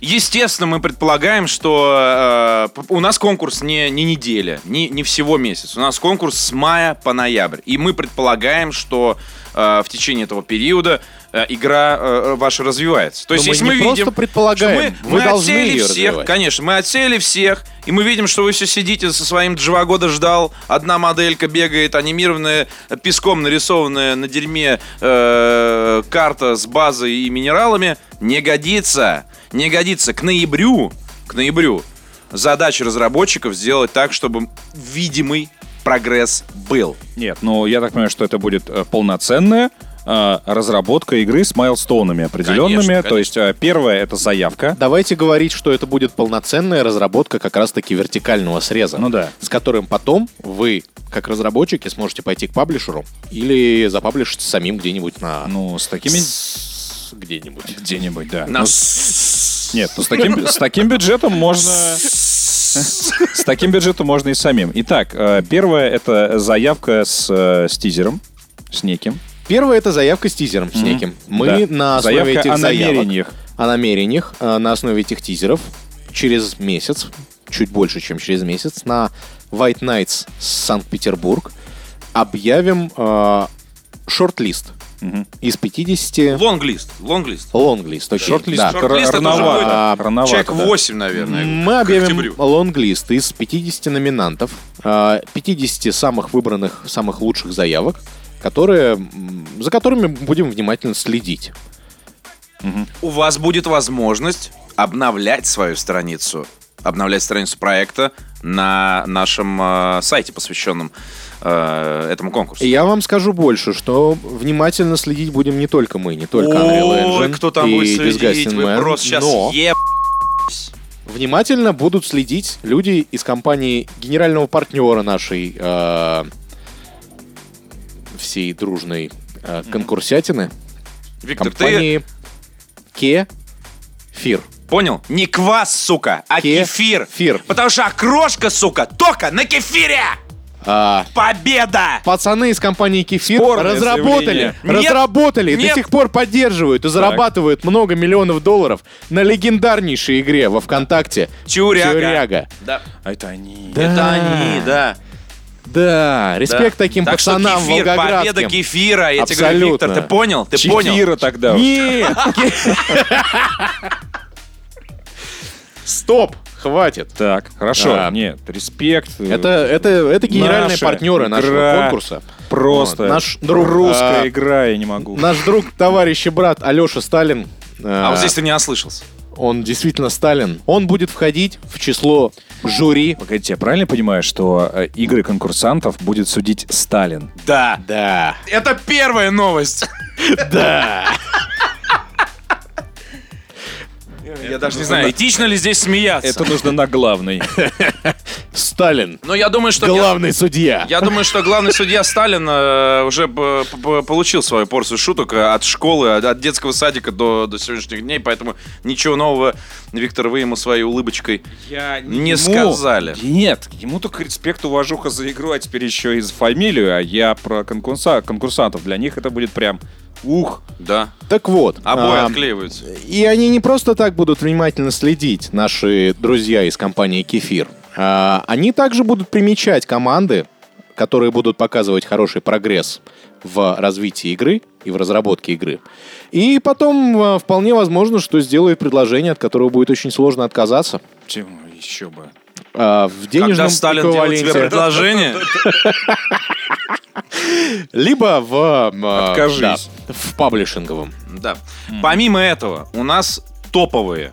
[SPEAKER 2] Естественно, мы предполагаем, что э, п- у нас конкурс не, не неделя, не, не всего месяц. У нас конкурс с мая по ноябрь. И мы предполагаем, что э, в течение этого периода э, игра э, ваша развивается. То есть,
[SPEAKER 1] ну, мы
[SPEAKER 2] если
[SPEAKER 1] не
[SPEAKER 2] мы
[SPEAKER 1] просто
[SPEAKER 2] видим,
[SPEAKER 1] предполагаем,
[SPEAKER 2] что
[SPEAKER 1] вы
[SPEAKER 2] мы, мы
[SPEAKER 1] должны
[SPEAKER 2] отсеяли
[SPEAKER 1] её
[SPEAKER 2] всех,
[SPEAKER 1] развивать.
[SPEAKER 2] конечно, мы отсеяли всех, и мы видим, что вы все сидите со своим джвагода ждал, одна моделька бегает, анимированная, песком нарисованная на дерьме э, карта с базой и минералами, не годится, не годится. К ноябрю, к ноябрю задача разработчиков сделать так, чтобы видимый прогресс был.
[SPEAKER 3] Нет, ну я так понимаю, что это будет э, полноценная э, разработка игры с майлстоунами определенными.
[SPEAKER 2] Конечно,
[SPEAKER 3] То есть э, первое — это заявка.
[SPEAKER 1] Давайте говорить, что это будет полноценная разработка как раз-таки вертикального среза.
[SPEAKER 3] Ну да.
[SPEAKER 1] С которым потом вы, как разработчики, сможете пойти к паблишеру или запаблишиться самим где-нибудь на...
[SPEAKER 3] Ну, с такими...
[SPEAKER 1] А. с- где-нибудь.
[SPEAKER 3] Где-нибудь, да.
[SPEAKER 2] На
[SPEAKER 3] Ну,
[SPEAKER 2] с-
[SPEAKER 3] Нет, ну с таким, с таким бюджетом
[SPEAKER 2] ну
[SPEAKER 3] можно... С таким бюджетом можно и самим. Итак, э, первое — это заявка с, э, с тизером, с неким.
[SPEAKER 1] Первое — это заявка с тизером, с
[SPEAKER 3] Мгм.
[SPEAKER 1] неким. Мы
[SPEAKER 3] Да.
[SPEAKER 1] на основе
[SPEAKER 3] Заявка
[SPEAKER 1] А этих
[SPEAKER 3] о
[SPEAKER 1] заявок-
[SPEAKER 3] намерениях.
[SPEAKER 1] о намерениях, э, на основе этих тизеров через месяц, чуть больше, чем через месяц, на White Nights Санкт-Петербург объявим э, шорт-лист
[SPEAKER 3] Мгм.
[SPEAKER 1] из 50...
[SPEAKER 2] Лонглист, лонглист.
[SPEAKER 1] Лонглист. окей,
[SPEAKER 3] Шорт-лист.
[SPEAKER 1] да.
[SPEAKER 3] это
[SPEAKER 2] Шорт-лист это уже
[SPEAKER 3] рановато,
[SPEAKER 1] будет,
[SPEAKER 3] а,
[SPEAKER 1] а,
[SPEAKER 3] рановато,
[SPEAKER 2] Человек
[SPEAKER 3] да.
[SPEAKER 2] 8, наверное.
[SPEAKER 1] Мы
[SPEAKER 2] к
[SPEAKER 1] объявим
[SPEAKER 2] октябрю.
[SPEAKER 1] лонглист из 50 номинантов, э, 50 самых выбранных, самых лучших заявок, которые, м, за которыми будем внимательно следить.
[SPEAKER 2] у вас будет возможность обновлять свою страницу обновлять страницу проекта на нашем э, сайте, посвященном э, этому конкурсу.
[SPEAKER 1] Я вам скажу больше, что внимательно следить будем не только мы, не только Unreal
[SPEAKER 2] Ой,
[SPEAKER 1] Engine
[SPEAKER 2] кто там
[SPEAKER 1] и
[SPEAKER 2] будет следить?
[SPEAKER 1] Disgusting
[SPEAKER 2] Вы
[SPEAKER 1] Man,
[SPEAKER 2] просто сейчас
[SPEAKER 1] но
[SPEAKER 2] еб...
[SPEAKER 1] внимательно будут следить люди из компании генерального партнера нашей э, всей дружной э, конкурсятины,
[SPEAKER 2] Виктор,
[SPEAKER 1] компании Кефир.
[SPEAKER 2] ты понял? Не квас, сука, а
[SPEAKER 1] Ке-
[SPEAKER 2] кефир.
[SPEAKER 1] Фир.
[SPEAKER 2] Потому что окрошка, сука, только на кефире!
[SPEAKER 1] А,
[SPEAKER 2] Победа!
[SPEAKER 1] Пацаны из компании Кефир
[SPEAKER 3] Спорное
[SPEAKER 1] разработали,
[SPEAKER 3] заявление.
[SPEAKER 2] Нет,
[SPEAKER 1] разработали, и
[SPEAKER 2] нет.
[SPEAKER 1] до сих пор поддерживают и зарабатывают много миллионов долларов на легендарнейшей игре во ВКонтакте
[SPEAKER 2] Тюряга.
[SPEAKER 1] Тюряга.
[SPEAKER 2] Да.
[SPEAKER 3] А это они.
[SPEAKER 2] Это они, да.
[SPEAKER 1] Да, респект
[SPEAKER 2] Да.
[SPEAKER 1] таким
[SPEAKER 2] так
[SPEAKER 1] пацанам
[SPEAKER 2] что кефир, победа
[SPEAKER 1] волгоградским.
[SPEAKER 2] кефира. Я тебе говорю, Виктор,
[SPEAKER 1] Абсолютно.
[SPEAKER 2] ты понял? Ты понял?
[SPEAKER 3] Чефира тогда. уж.
[SPEAKER 1] Нет! Стоп! Хватит!
[SPEAKER 3] Так, хорошо.
[SPEAKER 1] Да.
[SPEAKER 3] Нет, респект. э,
[SPEAKER 1] Это, это, это генеральные
[SPEAKER 3] Наша
[SPEAKER 1] партнеры нашего
[SPEAKER 3] игра.
[SPEAKER 1] конкурса.
[SPEAKER 3] просто
[SPEAKER 1] Вот, наш друг,
[SPEAKER 3] русская
[SPEAKER 1] а,
[SPEAKER 3] игра, я не могу.
[SPEAKER 1] Наш друг, товарищ и брат Алеша Сталин. э,
[SPEAKER 2] А вот здесь ты не ослышался.
[SPEAKER 1] он действительно Сталин, он будет входить в число жюри.
[SPEAKER 3] Погодите, я правильно понимаю, что э, игры конкурсантов будет судить Сталин?
[SPEAKER 2] Да.
[SPEAKER 1] Да.
[SPEAKER 2] Это первая новость.
[SPEAKER 1] Да.
[SPEAKER 2] Я
[SPEAKER 3] Ну,
[SPEAKER 2] даже не знаю, этично ли здесь смеяться.
[SPEAKER 3] Это нужно на главный.
[SPEAKER 1] Сталин.
[SPEAKER 2] Но я думаю, что...
[SPEAKER 1] Главный судья.
[SPEAKER 2] Я думаю, что главный судья Сталин э, уже б- п- п- получил свою порцию шуток э, от школы, от- от детского садика до, до сегодняшних дней, поэтому ничего нового, Виктор, вы ему своей улыбочкой не сказали.
[SPEAKER 3] Нет, ему только респект, уважуха за игру, а теперь еще и за фамилию, а я про конкурса- конкурсантов. Для них это будет прям ух.
[SPEAKER 2] Да,
[SPEAKER 1] Так вот.
[SPEAKER 2] обои
[SPEAKER 1] а,
[SPEAKER 2] отклеиваются.
[SPEAKER 1] И они не просто так будут внимательно следить, наши друзья из компании «Кефир». А, Они также будут примечать команды, которые будут показывать хороший прогресс в развитии игры и в разработке игры. И потом а, вполне возможно, что сделают предложение, от которого будет очень сложно отказаться.
[SPEAKER 3] Тем еще бы.
[SPEAKER 1] А, В
[SPEAKER 2] Когда
[SPEAKER 1] денежном
[SPEAKER 2] Сталин делал тебе
[SPEAKER 1] эквиваленте.
[SPEAKER 2] предложение,
[SPEAKER 1] Либо в... м, э,
[SPEAKER 3] Откажись.
[SPEAKER 1] да, в паблишинговом.
[SPEAKER 2] Да. Помимо этого, у нас топовые.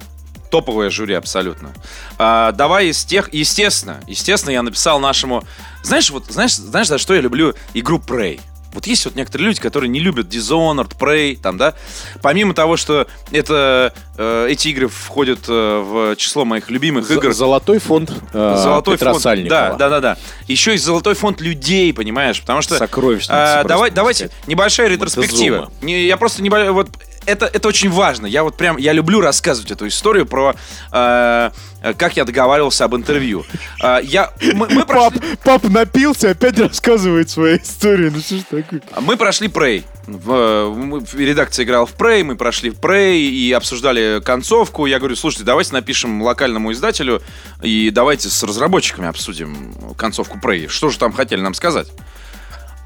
[SPEAKER 2] Топовое жюри абсолютно. А, давай из тех... Естественно, естественно, я написал нашему... Знаешь, вот, знаешь, знаешь, за что я люблю игру Prey? Вот есть вот некоторые люди, которые не любят Dishonored, Prey, там, да? Помимо того, что это, э, эти игры входят э, в число моих любимых игр...
[SPEAKER 1] З- Золотой фонд э,
[SPEAKER 2] Золотой
[SPEAKER 1] Петра
[SPEAKER 2] фонд. Да,
[SPEAKER 1] Сальникова.
[SPEAKER 2] да, да, да. Еще и золотой фонд людей, понимаешь? Потому что
[SPEAKER 3] Сокровищница
[SPEAKER 2] а,
[SPEAKER 3] просто,
[SPEAKER 2] давай,
[SPEAKER 3] можно
[SPEAKER 2] давайте небольшая ретроспектива.
[SPEAKER 1] Монтезума.
[SPEAKER 2] Не, я просто не вот это это очень важно. Я вот прям я люблю рассказывать эту историю про э, э, как я договаривался об интервью. Э, я мы, мы прошли,
[SPEAKER 1] пап напился, опять рассказывает свою историю. Ну что ж такое?
[SPEAKER 2] мы прошли Prey. В, э, мы- в- редакция играла в Prey, мы прошли в Prey и обсуждали концовку. Я говорю, слушайте, давайте напишем локальному издателю и давайте с разработчиками обсудим концовку Prey. Что же там хотели нам сказать?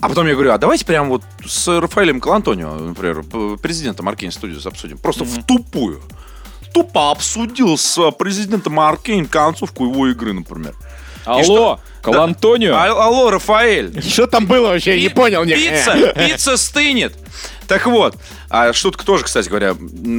[SPEAKER 2] А потом я говорю, а давайте прям вот с Рафаэлем Калантонио, например, п- президентом Аркейн Studios обсудим. Просто в тупую. Тупо обсудил с э, президентом Аркейн концовку его игры, например.
[SPEAKER 3] Алло, Калантонио.
[SPEAKER 2] А- алло, Рафаэль,
[SPEAKER 1] Что там было вообще? Я не
[SPEAKER 2] Пи-
[SPEAKER 1] понял. не- э.
[SPEAKER 2] [laughs] Пицца, пицца стынет. Так вот, а шутка тоже, кстати говоря,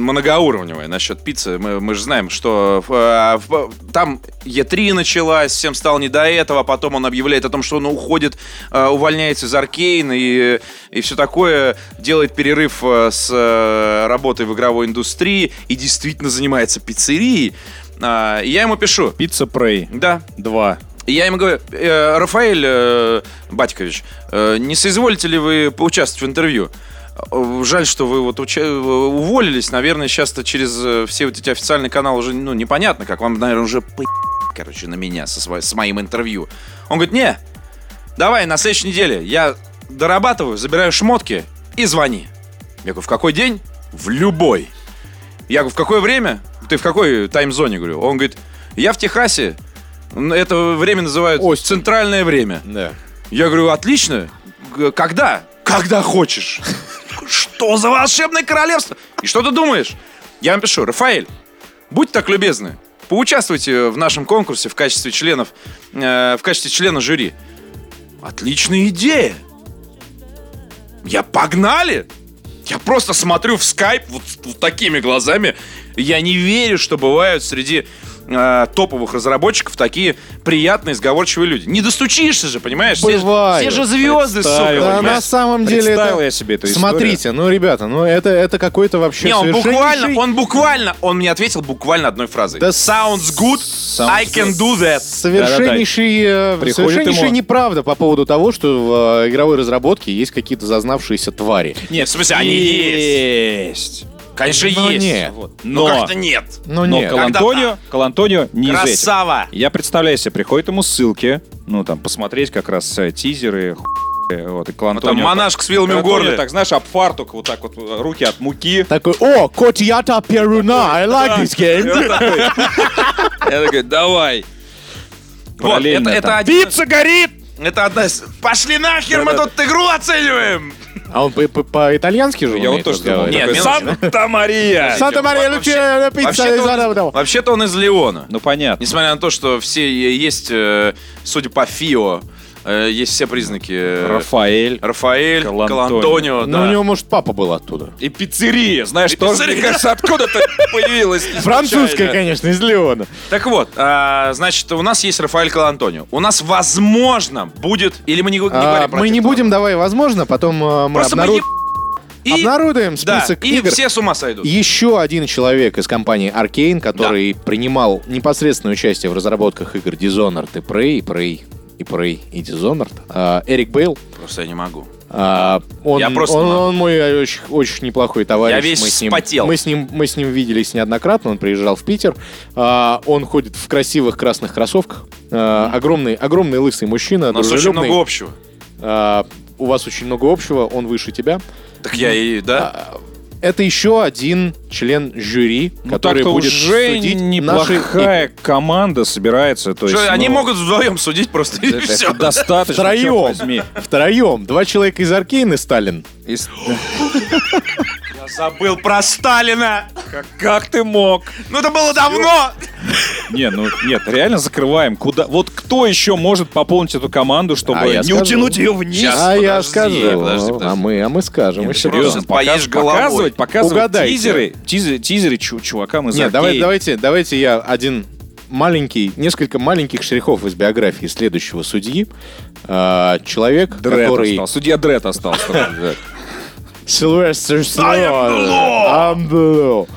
[SPEAKER 2] многоуровневая насчет пиццы. Мы, мы же знаем, что э, в- там Е3 началась, всем стало не до этого, а потом он объявляет о том, что он уходит, э, увольняется из Аркейн и, и все такое, делает перерыв э, с э, работой в игровой индустрии и действительно занимается пиццерией. А, и я ему пишу,
[SPEAKER 3] Пицца Прей
[SPEAKER 2] да,
[SPEAKER 3] 2.
[SPEAKER 2] и Я им говорю, «Э, Рафаэль э, Батькович, э, не соизволите ли вы поучаствовать в интервью? Э, Жаль, что вы вот уча- э, уволились. Наверное, сейчас то через э, все вот эти официальные каналы уже ну, непонятно, как вам, наверное, уже по короче, на меня со сво- с моим интервью. Он говорит, не, давай на следующей неделе я дорабатываю, забираю шмотки и звони. Я говорю, в какой день? В любой. Я говорю, в какое время? Ты в какой таймзоне? Говорю. Он говорит, я в Техасе. Ну, Это время называют
[SPEAKER 1] Остин.
[SPEAKER 2] центральное время.
[SPEAKER 1] Да.
[SPEAKER 2] Я говорю, отлично. Г- Когда? Когда хочешь. [laughs] Что за волшебное королевство? И что ты думаешь? Я вам пишу, Рафаэль, будьте так любезны, поучаствуйте в нашем конкурсе в качестве членов, э, в качестве члена жюри. Отличная идея. Я погнали. Я просто смотрю в скайп вот, с- вот такими глазами. Я не верю, что бывают среди э, топовых разработчиков такие приятные, сговорчивые люди. Не достучишься же, понимаешь? Все, ж-
[SPEAKER 1] Бывает.
[SPEAKER 2] все же звезды, сука,
[SPEAKER 3] Представил,
[SPEAKER 2] понимаешь?
[SPEAKER 1] Да, на самом деле
[SPEAKER 3] Представил
[SPEAKER 1] это...
[SPEAKER 3] я себе эту историю.
[SPEAKER 1] Смотрите, ну, ребята, ну это, это какой-то вообще
[SPEAKER 2] Не, он
[SPEAKER 1] совершеннейший-
[SPEAKER 2] буквально, он буквально, он мне ответил буквально одной фразой.
[SPEAKER 1] Да
[SPEAKER 2] sounds good,
[SPEAKER 3] sounds
[SPEAKER 2] I can do that.
[SPEAKER 1] Совершеннейший, э,
[SPEAKER 3] Приходит
[SPEAKER 1] совершеннейшая
[SPEAKER 3] ему-
[SPEAKER 1] неправда по поводу того, что в э, игровой разработке есть какие-то зазнавшиеся твари.
[SPEAKER 2] Нет, в смысле, они есть.
[SPEAKER 3] есть.
[SPEAKER 2] Конечно,
[SPEAKER 1] Но
[SPEAKER 2] есть.
[SPEAKER 1] нет.
[SPEAKER 2] Ну, Но,
[SPEAKER 3] Но,
[SPEAKER 2] как-то нет.
[SPEAKER 1] Ну,
[SPEAKER 3] но
[SPEAKER 1] нет.
[SPEAKER 3] Калантонио, Калантонио не из этих.
[SPEAKER 2] Красава.
[SPEAKER 3] Я представляю себе, приходят ему ссылки, ну, там, посмотреть как раз э, тизеры, хуй, э, вот, и
[SPEAKER 2] Вот Ну, там
[SPEAKER 3] Калантонио.
[SPEAKER 2] монашка с вилами в горле.
[SPEAKER 3] так, знаешь, об фартук, вот так вот, э, руки от муки.
[SPEAKER 1] Такой, о, Котията Перуна, I like this
[SPEAKER 3] И
[SPEAKER 2] [laughs]
[SPEAKER 1] game.
[SPEAKER 3] он такой- Я такой, давай.
[SPEAKER 2] Вот, это,
[SPEAKER 3] Параллельно
[SPEAKER 2] это
[SPEAKER 3] там.
[SPEAKER 2] один-
[SPEAKER 3] Пицца горит!
[SPEAKER 2] это одна из... Пошли нахер, мы
[SPEAKER 3] Да-да.
[SPEAKER 2] тут игру оцениваем!
[SPEAKER 1] А он по- по- по-итальянски же
[SPEAKER 3] Я вот
[SPEAKER 1] умеет
[SPEAKER 3] тоже думал.
[SPEAKER 1] разговаривать?
[SPEAKER 2] Нет,
[SPEAKER 3] такой,
[SPEAKER 2] мне
[SPEAKER 3] Санта Мария!
[SPEAKER 1] Санта Мария
[SPEAKER 2] э,
[SPEAKER 1] Луче, пицца из
[SPEAKER 2] Вообще-то он,
[SPEAKER 1] Арабдова.
[SPEAKER 2] вообще-то он из Леона.
[SPEAKER 3] Ну, понятно.
[SPEAKER 2] Несмотря на то, что все е- есть, э, судя по ФИО, э, есть все признаки. э,
[SPEAKER 3] Рафаэль.
[SPEAKER 2] Рафаэль,
[SPEAKER 3] Калантонио.
[SPEAKER 2] Калантонио,
[SPEAKER 1] Ну, у
[SPEAKER 2] да.
[SPEAKER 1] него, может, папа был оттуда.
[SPEAKER 3] И пиццерия, знаешь, тоже,
[SPEAKER 2] пиццерия.
[SPEAKER 3] мне кажется, откуда-то
[SPEAKER 2] [laughs]
[SPEAKER 3] появилась. не
[SPEAKER 1] Французская,
[SPEAKER 3] случайно.
[SPEAKER 1] конечно, из Леона.
[SPEAKER 2] Так вот, а, значит, у нас есть Рафаэль Калантонио. У нас, возможно, будет... Или мы не, г- не
[SPEAKER 1] А,
[SPEAKER 2] говорим про
[SPEAKER 1] мы
[SPEAKER 2] это,
[SPEAKER 1] не
[SPEAKER 2] ладно?
[SPEAKER 1] будем, давай, возможно, потом э, мы
[SPEAKER 2] Просто мы
[SPEAKER 1] обнару-
[SPEAKER 2] еб- и-
[SPEAKER 1] обнародуем
[SPEAKER 2] Да,
[SPEAKER 1] список
[SPEAKER 2] и
[SPEAKER 1] игр.
[SPEAKER 2] все с ума сойдут.
[SPEAKER 1] Еще один человек из компании Arkane, который принимал непосредственное участие в разработках игр Dishonored и Prey, и Prey, и Prey, и Dishonored, а, Эрик Бейл.
[SPEAKER 2] Просто я не могу.
[SPEAKER 1] А, он,
[SPEAKER 2] Я просто
[SPEAKER 1] он,
[SPEAKER 2] могу.
[SPEAKER 1] он мой очень, очень неплохой товарищ.
[SPEAKER 2] Я весь
[SPEAKER 1] мы с ним,
[SPEAKER 2] вспотел.
[SPEAKER 1] Мы с, ним, мы с ним виделись неоднократно, он приезжал в Питер. А, он ходит в красивых красных кроссовках. А, огромный, огромный лысый мужчина,
[SPEAKER 2] У нас очень
[SPEAKER 1] дружелюбный.
[SPEAKER 2] много общего.
[SPEAKER 1] А, у вас очень много общего, он выше тебя.
[SPEAKER 2] Так я и, да?
[SPEAKER 1] А, Это еще один член жюри,
[SPEAKER 3] Ну,
[SPEAKER 1] который
[SPEAKER 3] так-то
[SPEAKER 1] будет
[SPEAKER 3] уже
[SPEAKER 1] судить наши игры.
[SPEAKER 3] неплохая команда собирается. То есть,
[SPEAKER 2] Что, они
[SPEAKER 3] ну,
[SPEAKER 2] могут вдвоем судить просто и
[SPEAKER 3] это- это
[SPEAKER 2] все.
[SPEAKER 3] достаточно.
[SPEAKER 1] Втроем.
[SPEAKER 3] черт возьми.
[SPEAKER 1] Втроем. Два человека из Аркейна и Сталин.
[SPEAKER 3] И с-
[SPEAKER 2] Я забыл про Сталина.
[SPEAKER 3] Как, как ты мог?
[SPEAKER 2] Ну это было давно.
[SPEAKER 3] Не, ну нет, реально закрываем. Куда? Вот кто еще может пополнить эту команду, чтобы
[SPEAKER 1] А я
[SPEAKER 3] не
[SPEAKER 1] скажу.
[SPEAKER 3] утянуть ее вниз?
[SPEAKER 2] Щас,
[SPEAKER 1] а я
[SPEAKER 2] подожди,
[SPEAKER 1] скажу.
[SPEAKER 2] подожди, подожди.
[SPEAKER 1] А мы, а мы скажем.
[SPEAKER 3] Нет,
[SPEAKER 1] еще
[SPEAKER 2] серьезно,
[SPEAKER 1] раз.
[SPEAKER 3] Просто показ-
[SPEAKER 2] поешь головой.
[SPEAKER 3] Показывать, показывать
[SPEAKER 1] Угадайте.
[SPEAKER 3] тизеры, тизеры, тизеры чу- чувакам из
[SPEAKER 1] Нет, давай,
[SPEAKER 3] Аркейна.
[SPEAKER 1] давайте, давайте я один маленький, несколько маленьких штрихов из биографии следующего судьи. А, человек,
[SPEAKER 3] Дред
[SPEAKER 1] который...
[SPEAKER 3] остался. Судья Дред остался.
[SPEAKER 1] Сильвестр Сталлоне. I'm blue.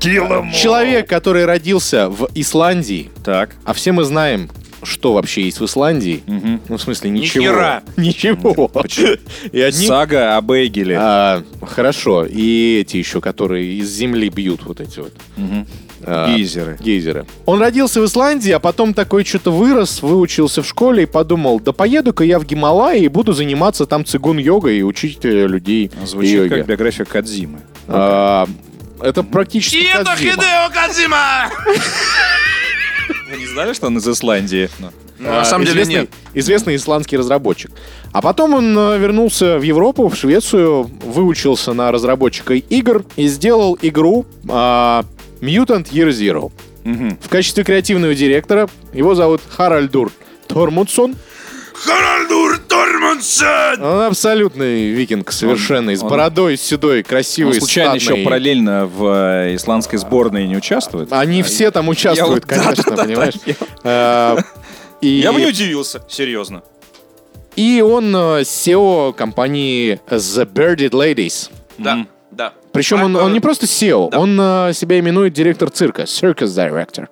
[SPEAKER 1] Человек, который родился в Исландии,
[SPEAKER 3] Так.
[SPEAKER 1] А все мы знаем, что вообще есть в Исландии. Ну, в смысле, ничего.
[SPEAKER 2] хера.
[SPEAKER 1] [laughs] Ничего. И одни...
[SPEAKER 3] Сага об Эйгеле.
[SPEAKER 1] А, хорошо. И эти еще, которые из земли бьют вот эти вот а,
[SPEAKER 3] Гейзеры.
[SPEAKER 1] гейзеры. Он родился в Исландии, а потом такой что-то вырос, выучился в школе и подумал, да поеду-ка я в Гималайи и буду заниматься там цигун-йогой и учить э, людей
[SPEAKER 3] Звучит
[SPEAKER 1] йоге.
[SPEAKER 3] как биография Кадзимы.
[SPEAKER 1] А, это практически
[SPEAKER 2] И это
[SPEAKER 1] Кодзима.
[SPEAKER 2] Хидео Кадзима.
[SPEAKER 1] А,
[SPEAKER 3] Вы не знали, что он из Исландии?
[SPEAKER 2] Ну, на самом деле
[SPEAKER 1] известный,
[SPEAKER 2] нет.
[SPEAKER 1] Известный исландский разработчик. А потом он э, вернулся в Европу, в Швецию, выучился на разработчика игр и сделал игру а, Mutant Year Zero.
[SPEAKER 3] Мгм.
[SPEAKER 1] В качестве креативного директора его зовут Харальдур Тормудсон.
[SPEAKER 2] Харальдур Тормунсен.
[SPEAKER 1] Он абсолютный викинг совершенно, с
[SPEAKER 3] он-
[SPEAKER 1] бородой, седой, красивый,
[SPEAKER 3] Он случайно
[SPEAKER 1] статный.
[SPEAKER 3] еще параллельно в э, исландской сборной не участвует?
[SPEAKER 1] Они все там участвуют,
[SPEAKER 3] вот- да,
[SPEAKER 1] конечно,
[SPEAKER 3] да, да,
[SPEAKER 1] понимаешь? А, и-
[SPEAKER 3] [laughs] Я бы не удивился, серьезно.
[SPEAKER 1] И он э, SEO компании э, The Bearded Ladies.
[SPEAKER 2] Да,
[SPEAKER 3] Мгм.
[SPEAKER 2] да.
[SPEAKER 1] Причем он,
[SPEAKER 2] А,
[SPEAKER 1] он
[SPEAKER 2] э,
[SPEAKER 1] не просто SEO, он э, себя именует директор цирка, circus director.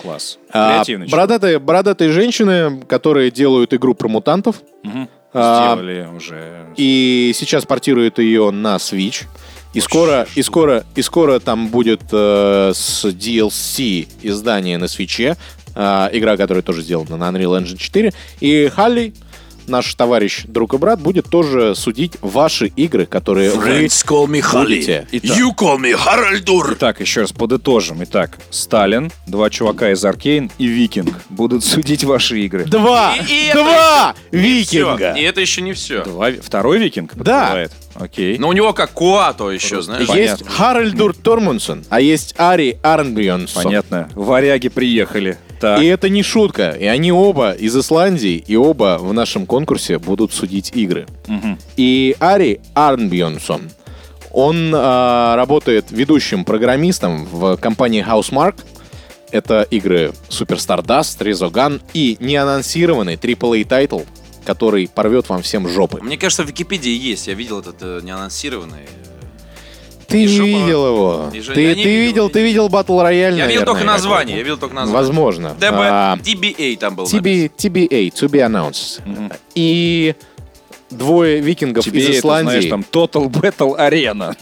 [SPEAKER 3] Класс.
[SPEAKER 1] А,
[SPEAKER 3] Креативный человек.
[SPEAKER 1] бородатые, бородатые женщины, которые делают игру про мутантов,
[SPEAKER 3] Мгм.
[SPEAKER 1] а,
[SPEAKER 3] Сделали уже.
[SPEAKER 1] и сейчас портируют ее на Switch. И скоро, и скоро, и скоро там будет э, с DLC издание на Switch, э, игра, которая тоже сделана на Unreal Engine 4. И Халли, наш товарищ, друг и брат, будет тоже судить ваши игры, которые вы
[SPEAKER 2] call me
[SPEAKER 1] будете.
[SPEAKER 2] call me Харальдур.
[SPEAKER 3] Итак, еще раз подытожим. Итак, Сталин, два чувака из Аркейн и Викинг будут судить ваши игры.
[SPEAKER 1] Два!
[SPEAKER 2] И- и это-
[SPEAKER 1] два
[SPEAKER 2] Все.
[SPEAKER 1] викинга!
[SPEAKER 2] И это еще не все.
[SPEAKER 3] Два- второй Викинг?
[SPEAKER 1] Да.
[SPEAKER 3] подплывает? Окей.
[SPEAKER 2] Но у него как Куато еще, знаешь.
[SPEAKER 1] Есть
[SPEAKER 3] Понятно.
[SPEAKER 1] Харальдур Тормунсон, а есть Ари Арнбьонсон.
[SPEAKER 3] Понятно. Варяги приехали. Так.
[SPEAKER 1] И это не шутка. И они оба из Исландии, и оба в нашем конкурсе будут судить игры.
[SPEAKER 3] Мгм.
[SPEAKER 1] И Ари Арнбьонсон, он а, работает ведущим программистом в компании Housemark. Это игры Super Stardust, Resogun и неанонсированный AAA тайтл, который порвет вам всем жопы.
[SPEAKER 4] Мне кажется, в Википедии есть. Я видел этот э, неанонсированный.
[SPEAKER 1] Ты не
[SPEAKER 4] жопа-
[SPEAKER 1] видел его.
[SPEAKER 4] и жо-
[SPEAKER 1] Ты,
[SPEAKER 4] я
[SPEAKER 1] ты
[SPEAKER 4] не
[SPEAKER 1] видел,
[SPEAKER 4] видел, я
[SPEAKER 1] ты
[SPEAKER 4] не
[SPEAKER 1] видел Battle Royale,
[SPEAKER 4] Я видел
[SPEAKER 1] наверное,
[SPEAKER 4] только название.
[SPEAKER 1] какой-то.
[SPEAKER 4] Я видел только название.
[SPEAKER 1] Возможно. А,
[SPEAKER 4] DB, DBA там был.
[SPEAKER 1] TB, TBA, to be announced. И двое викингов
[SPEAKER 3] Тебе
[SPEAKER 1] из
[SPEAKER 3] это,
[SPEAKER 1] Исландии.
[SPEAKER 3] знаешь, там Total Battle Arena.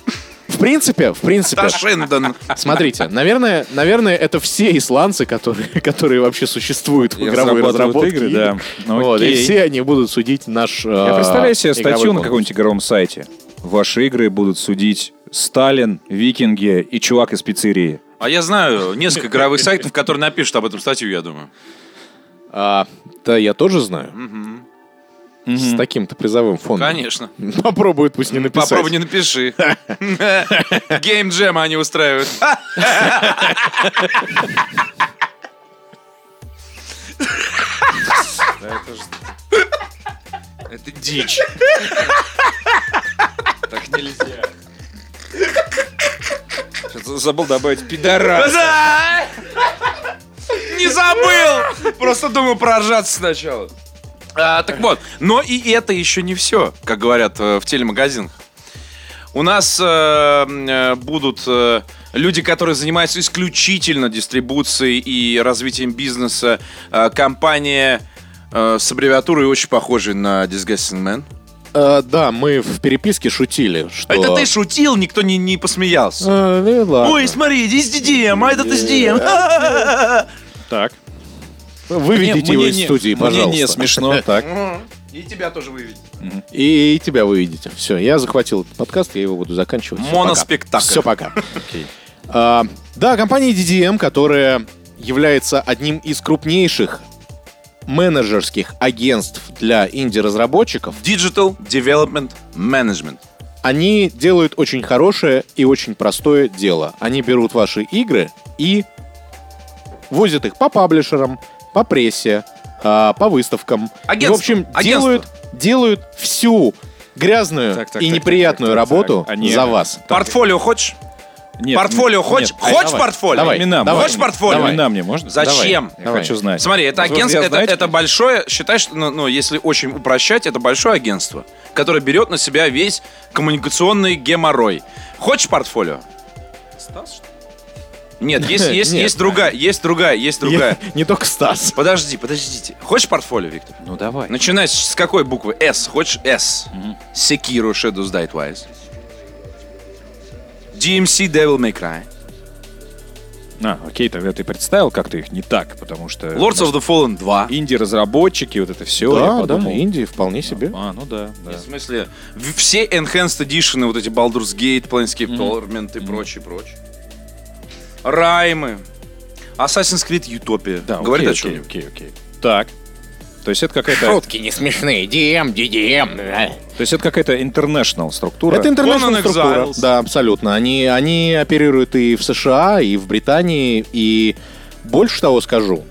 [SPEAKER 1] В принципе, в принципе.
[SPEAKER 2] Ташендон.
[SPEAKER 1] Смотрите, наверное, наверное, это все исландцы, которые, которые вообще существуют в
[SPEAKER 3] И
[SPEAKER 1] игровой
[SPEAKER 3] разрабатывают
[SPEAKER 1] разработке.
[SPEAKER 3] игры, да. Ну,
[SPEAKER 1] Вот, и
[SPEAKER 3] окей.
[SPEAKER 1] все они будут судить наш
[SPEAKER 3] Я
[SPEAKER 1] э,
[SPEAKER 3] представляю себе
[SPEAKER 1] игровой
[SPEAKER 3] статью на
[SPEAKER 1] конкурс.
[SPEAKER 3] каком-нибудь игровом сайте. Ваши игры будут судить Сталин, Викинги и чувак из пиццерии.
[SPEAKER 4] наверное. А я знаю несколько игровых сайтов, которые напишут об этом статью, я думаю.
[SPEAKER 1] А, да, я тоже знаю. С таким-то призовым фондом.
[SPEAKER 4] Конечно.
[SPEAKER 1] [laughs] Попробуют пусть не написать.
[SPEAKER 2] Попробуй не напиши. Геймджем они устраивают.
[SPEAKER 4] Это дичь. Так нельзя.
[SPEAKER 3] Забыл добавить пидорас.
[SPEAKER 2] Да! Не забыл! Просто думал проржаться сначала. А, так вот, но и это еще не все, как говорят э, в телемагазинах. У нас э, м, э, будут э, люди, которые занимаются исключительно дистрибуцией и развитием бизнеса. Э, компания э, с аббревиатурой очень похожей на Disgusting Man.
[SPEAKER 1] Э, да, мы в переписке шутили, что...
[SPEAKER 2] Это ты шутил, никто не, не посмеялся.
[SPEAKER 1] Э, ну и ладно.
[SPEAKER 2] Ой, смотри, здесь DDM, а этот SDM.
[SPEAKER 3] Так.
[SPEAKER 1] Выведите его
[SPEAKER 3] Мне
[SPEAKER 1] из
[SPEAKER 3] не-
[SPEAKER 1] студии, пожалуйста.
[SPEAKER 3] Мне не смешно. [laughs] Так.
[SPEAKER 2] И тебя тоже выведет.
[SPEAKER 1] И, и тебя выведите. Все, я захватил этот подкаст, я его буду заканчивать.
[SPEAKER 2] Моноспектакль.
[SPEAKER 1] Все, пока. А, Да, компания DDM, которая является одним из крупнейших менеджерских агентств для инди-разработчиков,
[SPEAKER 2] Digital Development Management.
[SPEAKER 1] они делают очень хорошее и очень простое дело. Они берут ваши игры и возят их по паблишерам, по прессе, а, по выставкам. И, в
[SPEAKER 2] Агентство.
[SPEAKER 1] общем,
[SPEAKER 2] Агентство.
[SPEAKER 1] делают, делают всю грязную
[SPEAKER 3] Так, так,
[SPEAKER 1] и
[SPEAKER 3] так,
[SPEAKER 1] неприятную
[SPEAKER 3] так, так, так.
[SPEAKER 1] работу
[SPEAKER 3] Они-
[SPEAKER 1] за вас.
[SPEAKER 2] Портфолио хочешь?
[SPEAKER 3] Нет,
[SPEAKER 2] портфолио
[SPEAKER 3] нет,
[SPEAKER 2] хочешь?
[SPEAKER 3] нет.
[SPEAKER 2] хочешь
[SPEAKER 1] давай,
[SPEAKER 2] портфолио?
[SPEAKER 1] давай.
[SPEAKER 3] Имена
[SPEAKER 1] Давай.
[SPEAKER 3] можно?
[SPEAKER 2] Хочешь портфолио?
[SPEAKER 1] Давай.
[SPEAKER 3] Имена мне можно?
[SPEAKER 2] Зачем?
[SPEAKER 3] Я
[SPEAKER 1] Давай.
[SPEAKER 3] хочу знать.
[SPEAKER 2] Смотри, это
[SPEAKER 3] Возможно,
[SPEAKER 2] агентство,
[SPEAKER 3] я,
[SPEAKER 2] это,
[SPEAKER 3] знаете,
[SPEAKER 2] это большое, считай, что, ну, ну, если очень упрощать, это большое агентство, которое берет на себя весь коммуникационный геморрой. Хочешь портфолио?
[SPEAKER 1] [laughs]
[SPEAKER 2] Нет, есть, есть,
[SPEAKER 1] Нет.
[SPEAKER 2] есть другая, есть другая,
[SPEAKER 1] [laughs]
[SPEAKER 2] есть другая.
[SPEAKER 1] Не только Стас.
[SPEAKER 2] Подожди, подождите. Хочешь портфолио, Виктор?
[SPEAKER 3] Ну давай.
[SPEAKER 2] Начинай с с какой буквы? S. Хочешь S? Sekiro Shadows Die Twice. DMC Devil May Cry.
[SPEAKER 3] А, окей, тогда ты представил как-то их не так, потому что...
[SPEAKER 1] Э,
[SPEAKER 2] Lords of the Fallen 2.
[SPEAKER 3] Инди-разработчики, вот это все, я
[SPEAKER 1] Да, да,
[SPEAKER 3] подумал.
[SPEAKER 1] Индии вполне себе.
[SPEAKER 3] А, ну да, да.
[SPEAKER 2] В смысле, в- все Enhanced Edition, вот эти Baldur's Gate, Planescape Torment и прочее, прочее. Раймы. Assassin's Creed Utopia.
[SPEAKER 3] Да,
[SPEAKER 2] Говорит
[SPEAKER 3] окей,
[SPEAKER 2] о чем?
[SPEAKER 3] окей, окей, окей. Так. То есть это какая-то...
[SPEAKER 1] не смешные.
[SPEAKER 3] Эм,
[SPEAKER 1] DM, DDM.
[SPEAKER 3] То есть это какая-то international структура.
[SPEAKER 1] Это
[SPEAKER 2] Conan
[SPEAKER 1] интернешнл
[SPEAKER 2] Exiles.
[SPEAKER 1] структура. Да, абсолютно. Они, они оперируют и в США, и в Британии, и больше того скажу.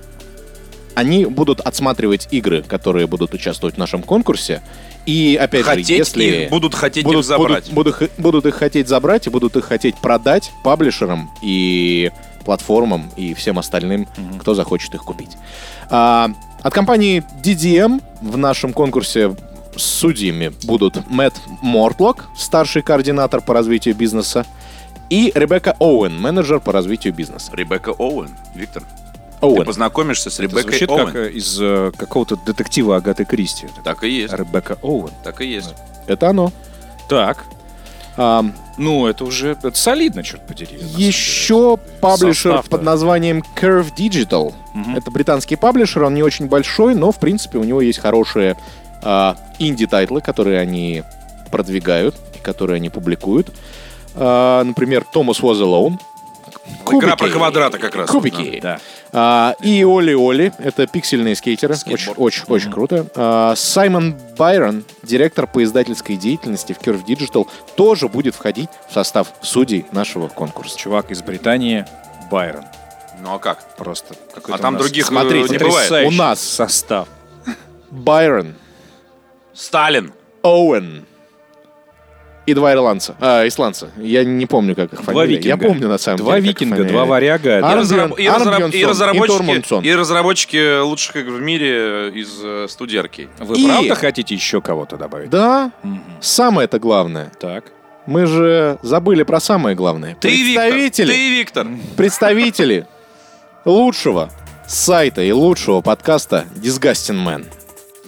[SPEAKER 1] Они будут отсматривать игры, которые будут участвовать в нашем конкурсе. И опять
[SPEAKER 2] Хотеть
[SPEAKER 1] же, если
[SPEAKER 2] их, будут хотеть
[SPEAKER 1] будут,
[SPEAKER 2] их забрать.
[SPEAKER 1] Будут, будут их- будут их хотеть забрать и будут их хотеть продать паблишерам и платформам и всем остальным, кто захочет их купить. А, от компании DDM в нашем конкурсе с судьями будут Мэтт Мортлок, старший координатор по развитию бизнеса, и Ребекка Оуэн, менеджер по развитию бизнеса.
[SPEAKER 2] Ребекка Оуэн. Виктор, ты
[SPEAKER 1] Оуэн.
[SPEAKER 2] познакомишься с
[SPEAKER 3] Это
[SPEAKER 2] Ребеккой
[SPEAKER 3] звучит как
[SPEAKER 2] Оуэн.
[SPEAKER 3] э, из э, какого-то детектива Агаты Кристи. Это
[SPEAKER 2] Так и есть.
[SPEAKER 3] Ребекка Оуэн.
[SPEAKER 2] Так и есть.
[SPEAKER 1] Это оно.
[SPEAKER 3] Так.
[SPEAKER 1] А,
[SPEAKER 3] Ну, это уже это солидно, черт подери. на самом деле.
[SPEAKER 1] Еще паблишер
[SPEAKER 3] Состав-то.
[SPEAKER 1] под названием Curve Digital. Это британский паблишер, он не очень большой, но в принципе у него есть хорошие а, инди-тайтлы, которые они продвигают и которые они публикуют. А, например, Thomas Was Alone.
[SPEAKER 2] Игра
[SPEAKER 1] Кубики.
[SPEAKER 2] про квадрата как раз.
[SPEAKER 1] Кубики.
[SPEAKER 3] Да.
[SPEAKER 1] А, и Оли Оли, это пиксельные скейтеры, очень, очень, очень круто. А, Саймон Байрон, директор по издательской деятельности в Curve Digital, тоже будет входить в состав судей нашего конкурса.
[SPEAKER 3] Чувак из Британии, Байрон.
[SPEAKER 2] Ну а как?
[SPEAKER 3] Просто какой-то
[SPEAKER 2] А там
[SPEAKER 3] у нас
[SPEAKER 2] других э,
[SPEAKER 1] смотрите,
[SPEAKER 2] не бывает.
[SPEAKER 3] потрясающий
[SPEAKER 1] У нас.
[SPEAKER 3] состав.
[SPEAKER 1] Байрон,
[SPEAKER 2] Сталин.
[SPEAKER 1] Оуэн и и два ирландца. А, исландца. Я не помню, как их фамилия. Я
[SPEAKER 3] викинга.
[SPEAKER 1] помню, на самом
[SPEAKER 3] Два
[SPEAKER 1] деле. как их
[SPEAKER 3] викинга,
[SPEAKER 1] фамилия.
[SPEAKER 3] два варяга.
[SPEAKER 1] А,
[SPEAKER 3] да.
[SPEAKER 4] И разра- и разра-
[SPEAKER 1] Арнбьёнсон,
[SPEAKER 4] и
[SPEAKER 1] и Тормунсон.
[SPEAKER 4] разработчики, и разработчики лучших игр в мире из э, студерки.
[SPEAKER 3] Вы
[SPEAKER 1] и-
[SPEAKER 3] правда хотите еще кого-то добавить?
[SPEAKER 1] Да,
[SPEAKER 3] Мгм.
[SPEAKER 1] самое-то главное.
[SPEAKER 3] Так.
[SPEAKER 1] Мы же забыли про самое главное.
[SPEAKER 4] Ты Виктор.
[SPEAKER 1] представители,
[SPEAKER 4] Ты Виктор.
[SPEAKER 1] представители лучшего сайта и лучшего подкаста Disgusting Man.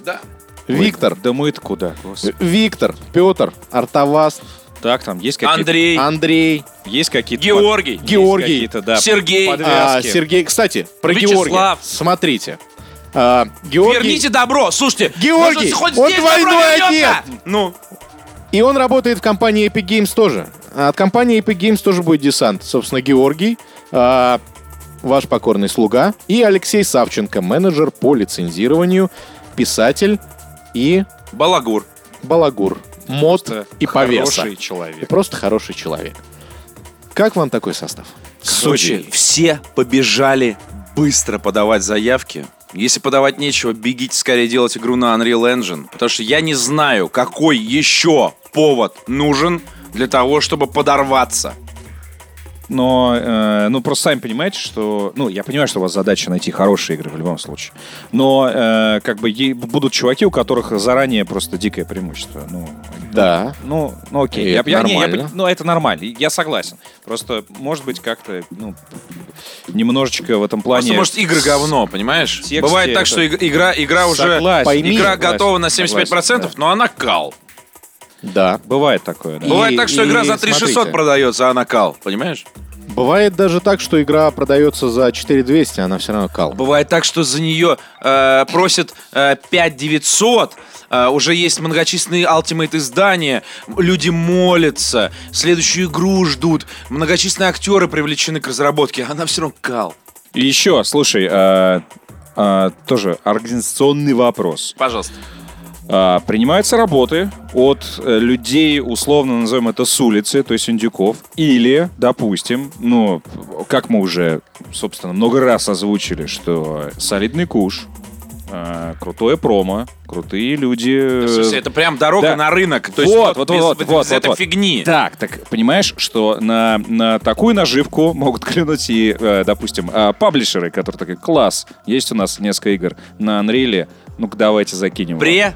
[SPEAKER 4] Да.
[SPEAKER 1] Виктор,
[SPEAKER 3] Ой, Да мы-то куда? Господи.
[SPEAKER 1] Виктор, Петр, Артавас,
[SPEAKER 3] Так, там есть какие-то...
[SPEAKER 4] Андрей.
[SPEAKER 1] А, Андрей,
[SPEAKER 3] Есть какие-то...
[SPEAKER 4] Георгий.
[SPEAKER 3] есть
[SPEAKER 1] Георгий.
[SPEAKER 3] какие-то, да.
[SPEAKER 4] Сергей.
[SPEAKER 3] под-
[SPEAKER 1] а,
[SPEAKER 3] Подвязки.
[SPEAKER 1] Сергей. Кстати, про
[SPEAKER 4] Вячеслав.
[SPEAKER 1] Георгия. Смотрите. А, Георгий,
[SPEAKER 4] Верните добро. Слушайте.
[SPEAKER 1] Георгий,
[SPEAKER 4] ну, хоть
[SPEAKER 1] он
[SPEAKER 4] здесь
[SPEAKER 1] двойной
[SPEAKER 4] добро вернется.
[SPEAKER 2] Ну,
[SPEAKER 1] И он работает в компании Epic Games тоже. А От компании Epic Games тоже будет десант. Собственно, Георгий, а, ваш покорный слуга, и Алексей Савченко, менеджер по лицензированию, писатель и
[SPEAKER 4] Балагур.
[SPEAKER 1] балагур, мод
[SPEAKER 3] Просто
[SPEAKER 1] и повеса.
[SPEAKER 3] Хороший человек.
[SPEAKER 1] Просто хороший человек. Как вам такой состав?
[SPEAKER 2] Сочи. Все побежали быстро подавать заявки. Если подавать нечего, бегите скорее делать игру на Unreal Engine. Потому что я не знаю, какой еще повод нужен для того, чтобы подорваться.
[SPEAKER 3] Но, э, ну, просто сами понимаете, что... Ну, я понимаю, что у вас задача найти хорошие игры в любом случае. Но, э, как бы, е- будут чуваки, у которых заранее просто дикое преимущество. Ну,
[SPEAKER 1] Да.
[SPEAKER 3] ну, ну окей.
[SPEAKER 1] И
[SPEAKER 3] Я-
[SPEAKER 1] это
[SPEAKER 3] я- не, я
[SPEAKER 1] нормально.
[SPEAKER 3] пон- ну, это нормально. Я согласен. Просто, может быть, как-то, ну, немножечко в этом плане...
[SPEAKER 4] Просто, может, игры говно, понимаешь?
[SPEAKER 3] тексте
[SPEAKER 4] Бывает так,
[SPEAKER 3] это-
[SPEAKER 4] что иг- игра, игра уже...
[SPEAKER 3] Согласен.
[SPEAKER 1] Пойми.
[SPEAKER 4] Игра
[SPEAKER 3] Согласен,
[SPEAKER 4] готова на 75%,
[SPEAKER 3] согласен, да.
[SPEAKER 4] но она кал.
[SPEAKER 1] Да.
[SPEAKER 3] Бывает такое, да.
[SPEAKER 1] И-
[SPEAKER 4] Бывает так, что игра
[SPEAKER 1] и
[SPEAKER 4] за 3600
[SPEAKER 1] смотрите.
[SPEAKER 4] продается, а она кал, понимаешь?
[SPEAKER 1] Бывает даже так, что игра продается за 4200, а она все равно кал.
[SPEAKER 2] Бывает так, что за нее э, просят 5900. э, уже есть многочисленные алтимейт издания, люди молятся, следующую игру ждут, многочисленные актеры привлечены к разработке, а она все равно кал.
[SPEAKER 3] И еще, слушай, э, э, тоже организационный вопрос.
[SPEAKER 4] Пожалуйста.
[SPEAKER 3] А, принимаются работы от э, людей, условно назовем это с улицы, то есть индюков, или, допустим, ну, как мы уже, собственно, много раз озвучили, что солидный куш, э, крутое промо, крутые люди.
[SPEAKER 4] В смысле, это прям дорога
[SPEAKER 3] да.
[SPEAKER 4] на рынок. Э, То есть
[SPEAKER 3] Вот,
[SPEAKER 4] вот,
[SPEAKER 3] вот,
[SPEAKER 4] без,
[SPEAKER 3] вот,
[SPEAKER 4] без
[SPEAKER 3] вот,
[SPEAKER 4] этой
[SPEAKER 3] вот.
[SPEAKER 4] фигни.
[SPEAKER 3] Так, так понимаешь, что на, на такую наживку могут клюнуть и, э, допустим, э, паблишеры, которые такие, класс, есть у нас несколько игр на Unreal, ну-ка давайте закинем. его».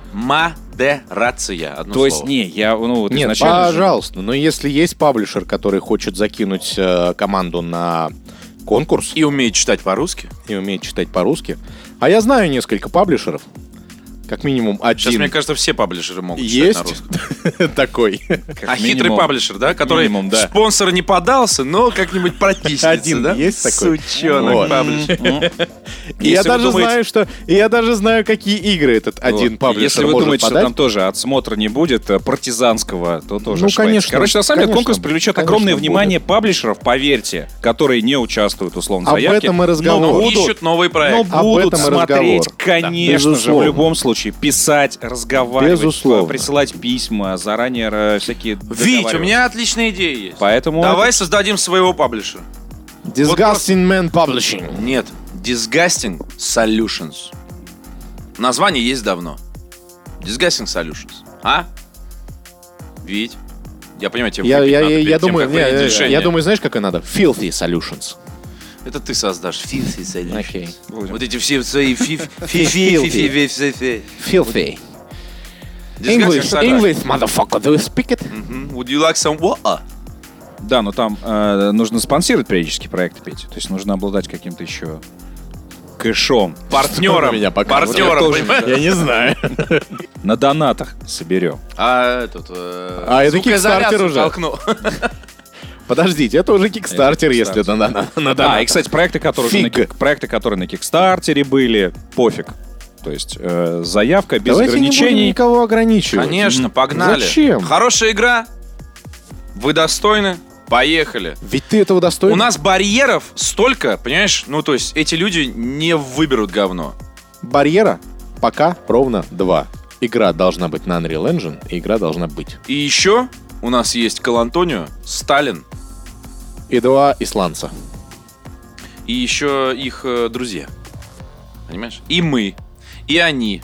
[SPEAKER 4] Премодерация. Одно
[SPEAKER 3] То есть,
[SPEAKER 4] слово.
[SPEAKER 3] не, я, ну, вот
[SPEAKER 1] Нет,
[SPEAKER 3] изначально же-
[SPEAKER 1] пожалуйста, но если есть паблишер, который хочет закинуть э, команду на конкурс
[SPEAKER 4] И умеет читать по-русски.
[SPEAKER 1] и умеет читать по-русски, а я знаю несколько паблишеров, как минимум
[SPEAKER 4] Сейчас,
[SPEAKER 1] один
[SPEAKER 4] мне кажется, все паблишеры могут читать на
[SPEAKER 1] есть
[SPEAKER 4] русском.
[SPEAKER 1] [laughs] такой.
[SPEAKER 3] Как
[SPEAKER 4] а хитрый
[SPEAKER 3] минимум.
[SPEAKER 4] паблишер, да, который
[SPEAKER 3] Минимум, да.
[SPEAKER 4] спонсор не подался, но как-нибудь протиснется,
[SPEAKER 1] [laughs] Один
[SPEAKER 4] да?
[SPEAKER 1] есть такой.
[SPEAKER 4] Сучонок
[SPEAKER 1] Вот.
[SPEAKER 4] паблишер.
[SPEAKER 1] И я
[SPEAKER 4] Если вы
[SPEAKER 1] даже
[SPEAKER 4] думаете-
[SPEAKER 1] знаю, что и я даже знаю, какие игры этот
[SPEAKER 3] Вот.
[SPEAKER 1] один
[SPEAKER 3] Если
[SPEAKER 1] паблишер
[SPEAKER 3] вы
[SPEAKER 1] может
[SPEAKER 3] думаете, что
[SPEAKER 1] подать.
[SPEAKER 3] там тоже отсмотра не будет э, партизанского, то тоже
[SPEAKER 1] Ну,
[SPEAKER 3] ошибаетесь.
[SPEAKER 1] конечно,
[SPEAKER 3] Короче, на самом деле
[SPEAKER 1] конечно,
[SPEAKER 3] конкурс привлечет
[SPEAKER 1] конечно,
[SPEAKER 3] огромное
[SPEAKER 1] будет.
[SPEAKER 3] внимание паблишеров, поверьте, которые не участвуют условно в
[SPEAKER 1] Об А
[SPEAKER 3] заявке.
[SPEAKER 1] этом и разговор.
[SPEAKER 3] Но будут,
[SPEAKER 4] Ищут новый
[SPEAKER 3] но
[SPEAKER 4] проект.
[SPEAKER 1] Об
[SPEAKER 3] будут
[SPEAKER 1] этом и
[SPEAKER 3] смотреть,
[SPEAKER 1] разговор.
[SPEAKER 3] конечно же, в
[SPEAKER 1] Безусловно.
[SPEAKER 3] любом случае, писать, разговаривать,
[SPEAKER 1] Безусловно.
[SPEAKER 3] п- присылать письма, заранее э, всякие
[SPEAKER 1] Ну,
[SPEAKER 4] Вить, у
[SPEAKER 3] договариваться.
[SPEAKER 4] меня отличная идея есть.
[SPEAKER 3] Поэтому
[SPEAKER 4] Давай создадим своего паблишера.
[SPEAKER 1] Disgusting Man Publishing.
[SPEAKER 4] Нет, Disgusting Solutions. Название есть давно. Disgusting Solutions. А? Вить? Я понимаю, тебе
[SPEAKER 1] Я,
[SPEAKER 4] выпить
[SPEAKER 1] я,
[SPEAKER 4] надо
[SPEAKER 1] я,
[SPEAKER 4] перед
[SPEAKER 1] я
[SPEAKER 4] тем,
[SPEAKER 1] думаю,
[SPEAKER 4] как
[SPEAKER 1] не,
[SPEAKER 4] принять
[SPEAKER 1] я- я,
[SPEAKER 4] решение.
[SPEAKER 1] думаю, знаешь, как и надо? Filthy Solutions.
[SPEAKER 4] Это ты создашь. Filthy Solutions.
[SPEAKER 1] Окей.
[SPEAKER 3] Будем.
[SPEAKER 4] Вот эти все свои фиф- фифи,
[SPEAKER 1] Filthy.
[SPEAKER 4] фифи, фифи, фифи.
[SPEAKER 1] Filthy.
[SPEAKER 4] Disgusting
[SPEAKER 1] English,
[SPEAKER 4] Solutions.
[SPEAKER 1] English, motherfucker, do you speak it?
[SPEAKER 4] Мгм. Would you like some uh, water?
[SPEAKER 3] Да, но там э, нужно спонсировать периодически проекты, Петь. То есть нужно обладать каким-то еще кэшом.
[SPEAKER 1] Что
[SPEAKER 4] Партнером.
[SPEAKER 1] вы меня показываете?
[SPEAKER 4] партнером, понимаешь?
[SPEAKER 1] Я не знаю.
[SPEAKER 3] На донатах соберем.
[SPEAKER 4] А этот...
[SPEAKER 1] А, это Kickstarter уже.
[SPEAKER 4] Толкнул.
[SPEAKER 1] Подождите, это уже кикстартер,
[SPEAKER 3] Это
[SPEAKER 1] если это на, на, на
[SPEAKER 3] Да,
[SPEAKER 1] донат.
[SPEAKER 3] и, кстати, проекты, которые, уже на,
[SPEAKER 1] Фиг.
[SPEAKER 3] кик- проекты, которые на Кикстартере были, пофиг. То есть э, заявка без
[SPEAKER 1] Давайте не будем
[SPEAKER 3] ограничений.
[SPEAKER 1] никого ограничивать.
[SPEAKER 4] Конечно,
[SPEAKER 3] Мгм.
[SPEAKER 4] погнали.
[SPEAKER 1] М-м. Зачем?
[SPEAKER 4] Хорошая игра. Вы достойны. Поехали.
[SPEAKER 1] Ведь ты этого достоин.
[SPEAKER 4] У нас барьеров столько, понимаешь? Ну, то есть эти люди не выберут говно.
[SPEAKER 1] барьера пока ровно два. Игра должна быть на Unreal Engine, и игра должна быть.
[SPEAKER 4] И еще у нас есть Калантонио, Сталин
[SPEAKER 1] И два исландца.
[SPEAKER 4] и еще их э, друзья. Понимаешь? И мы, и они.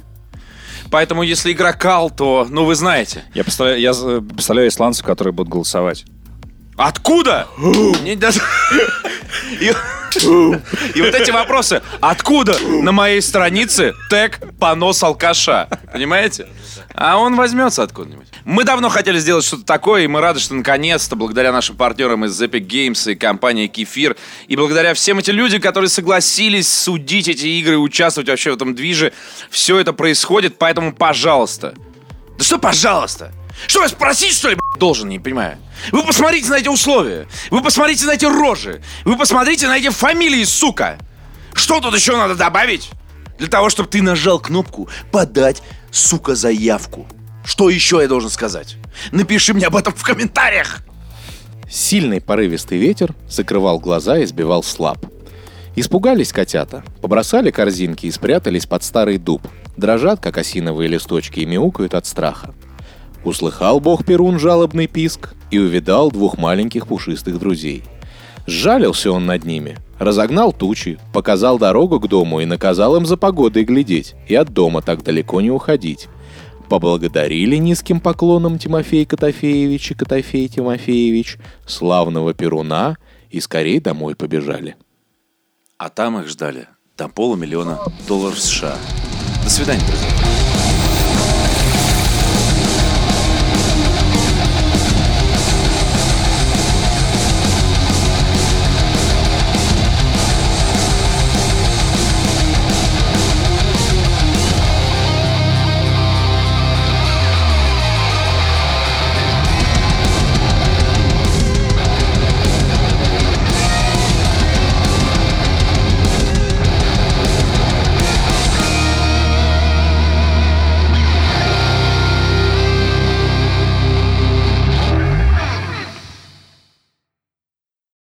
[SPEAKER 2] Поэтому, если игра кал, то, ну, вы знаете.
[SPEAKER 3] Я представляю, я э, представляю исландцев, которые будут голосовать.
[SPEAKER 2] Откуда? Мне даже- [laughs] И и вот эти вопросы. Откуда на моей странице тег «Понос алкаша»? Понимаете? А он возьмется откуда-нибудь. Мы давно хотели сделать что-то такое, и мы рады, что наконец-то, благодаря нашим партнерам из Epic Games и компании Кефир, и благодаря всем этим людям, которые согласились судить эти игры и участвовать вообще в этом движе, все это происходит, поэтому, пожалуйста, да что, пожалуйста? Что, я спросить, что ли, б***ь, должен, не понимаю? Вы посмотрите на эти условия. Вы посмотрите на эти рожи. Вы посмотрите на эти фамилии, сука. Что тут еще надо добавить? Для того, чтобы ты нажал кнопку «Подать, сука, заявку». Что еще я должен сказать? Напиши мне об этом в комментариях.
[SPEAKER 1] Сильный порывистый ветер закрывал глаза и сбивал слаб. Испугались котята, побросали корзинки и спрятались под старый дуб. Дрожат, как осиновые листочки, и мяукают от страха. Услыхал бог Перун жалобный писк и увидал двух маленьких пушистых друзей. Сжалился он над ними, разогнал тучи, показал дорогу к дому и наказал им за погодой глядеть и от дома так далеко не уходить. Поблагодарили низким поклоном Тимофей Котофеевич и Котофей Тимофеевич, славного Перуна, и скорее домой побежали.
[SPEAKER 2] А там их ждали. Там полумиллиона долларов США. До свидания, друзья.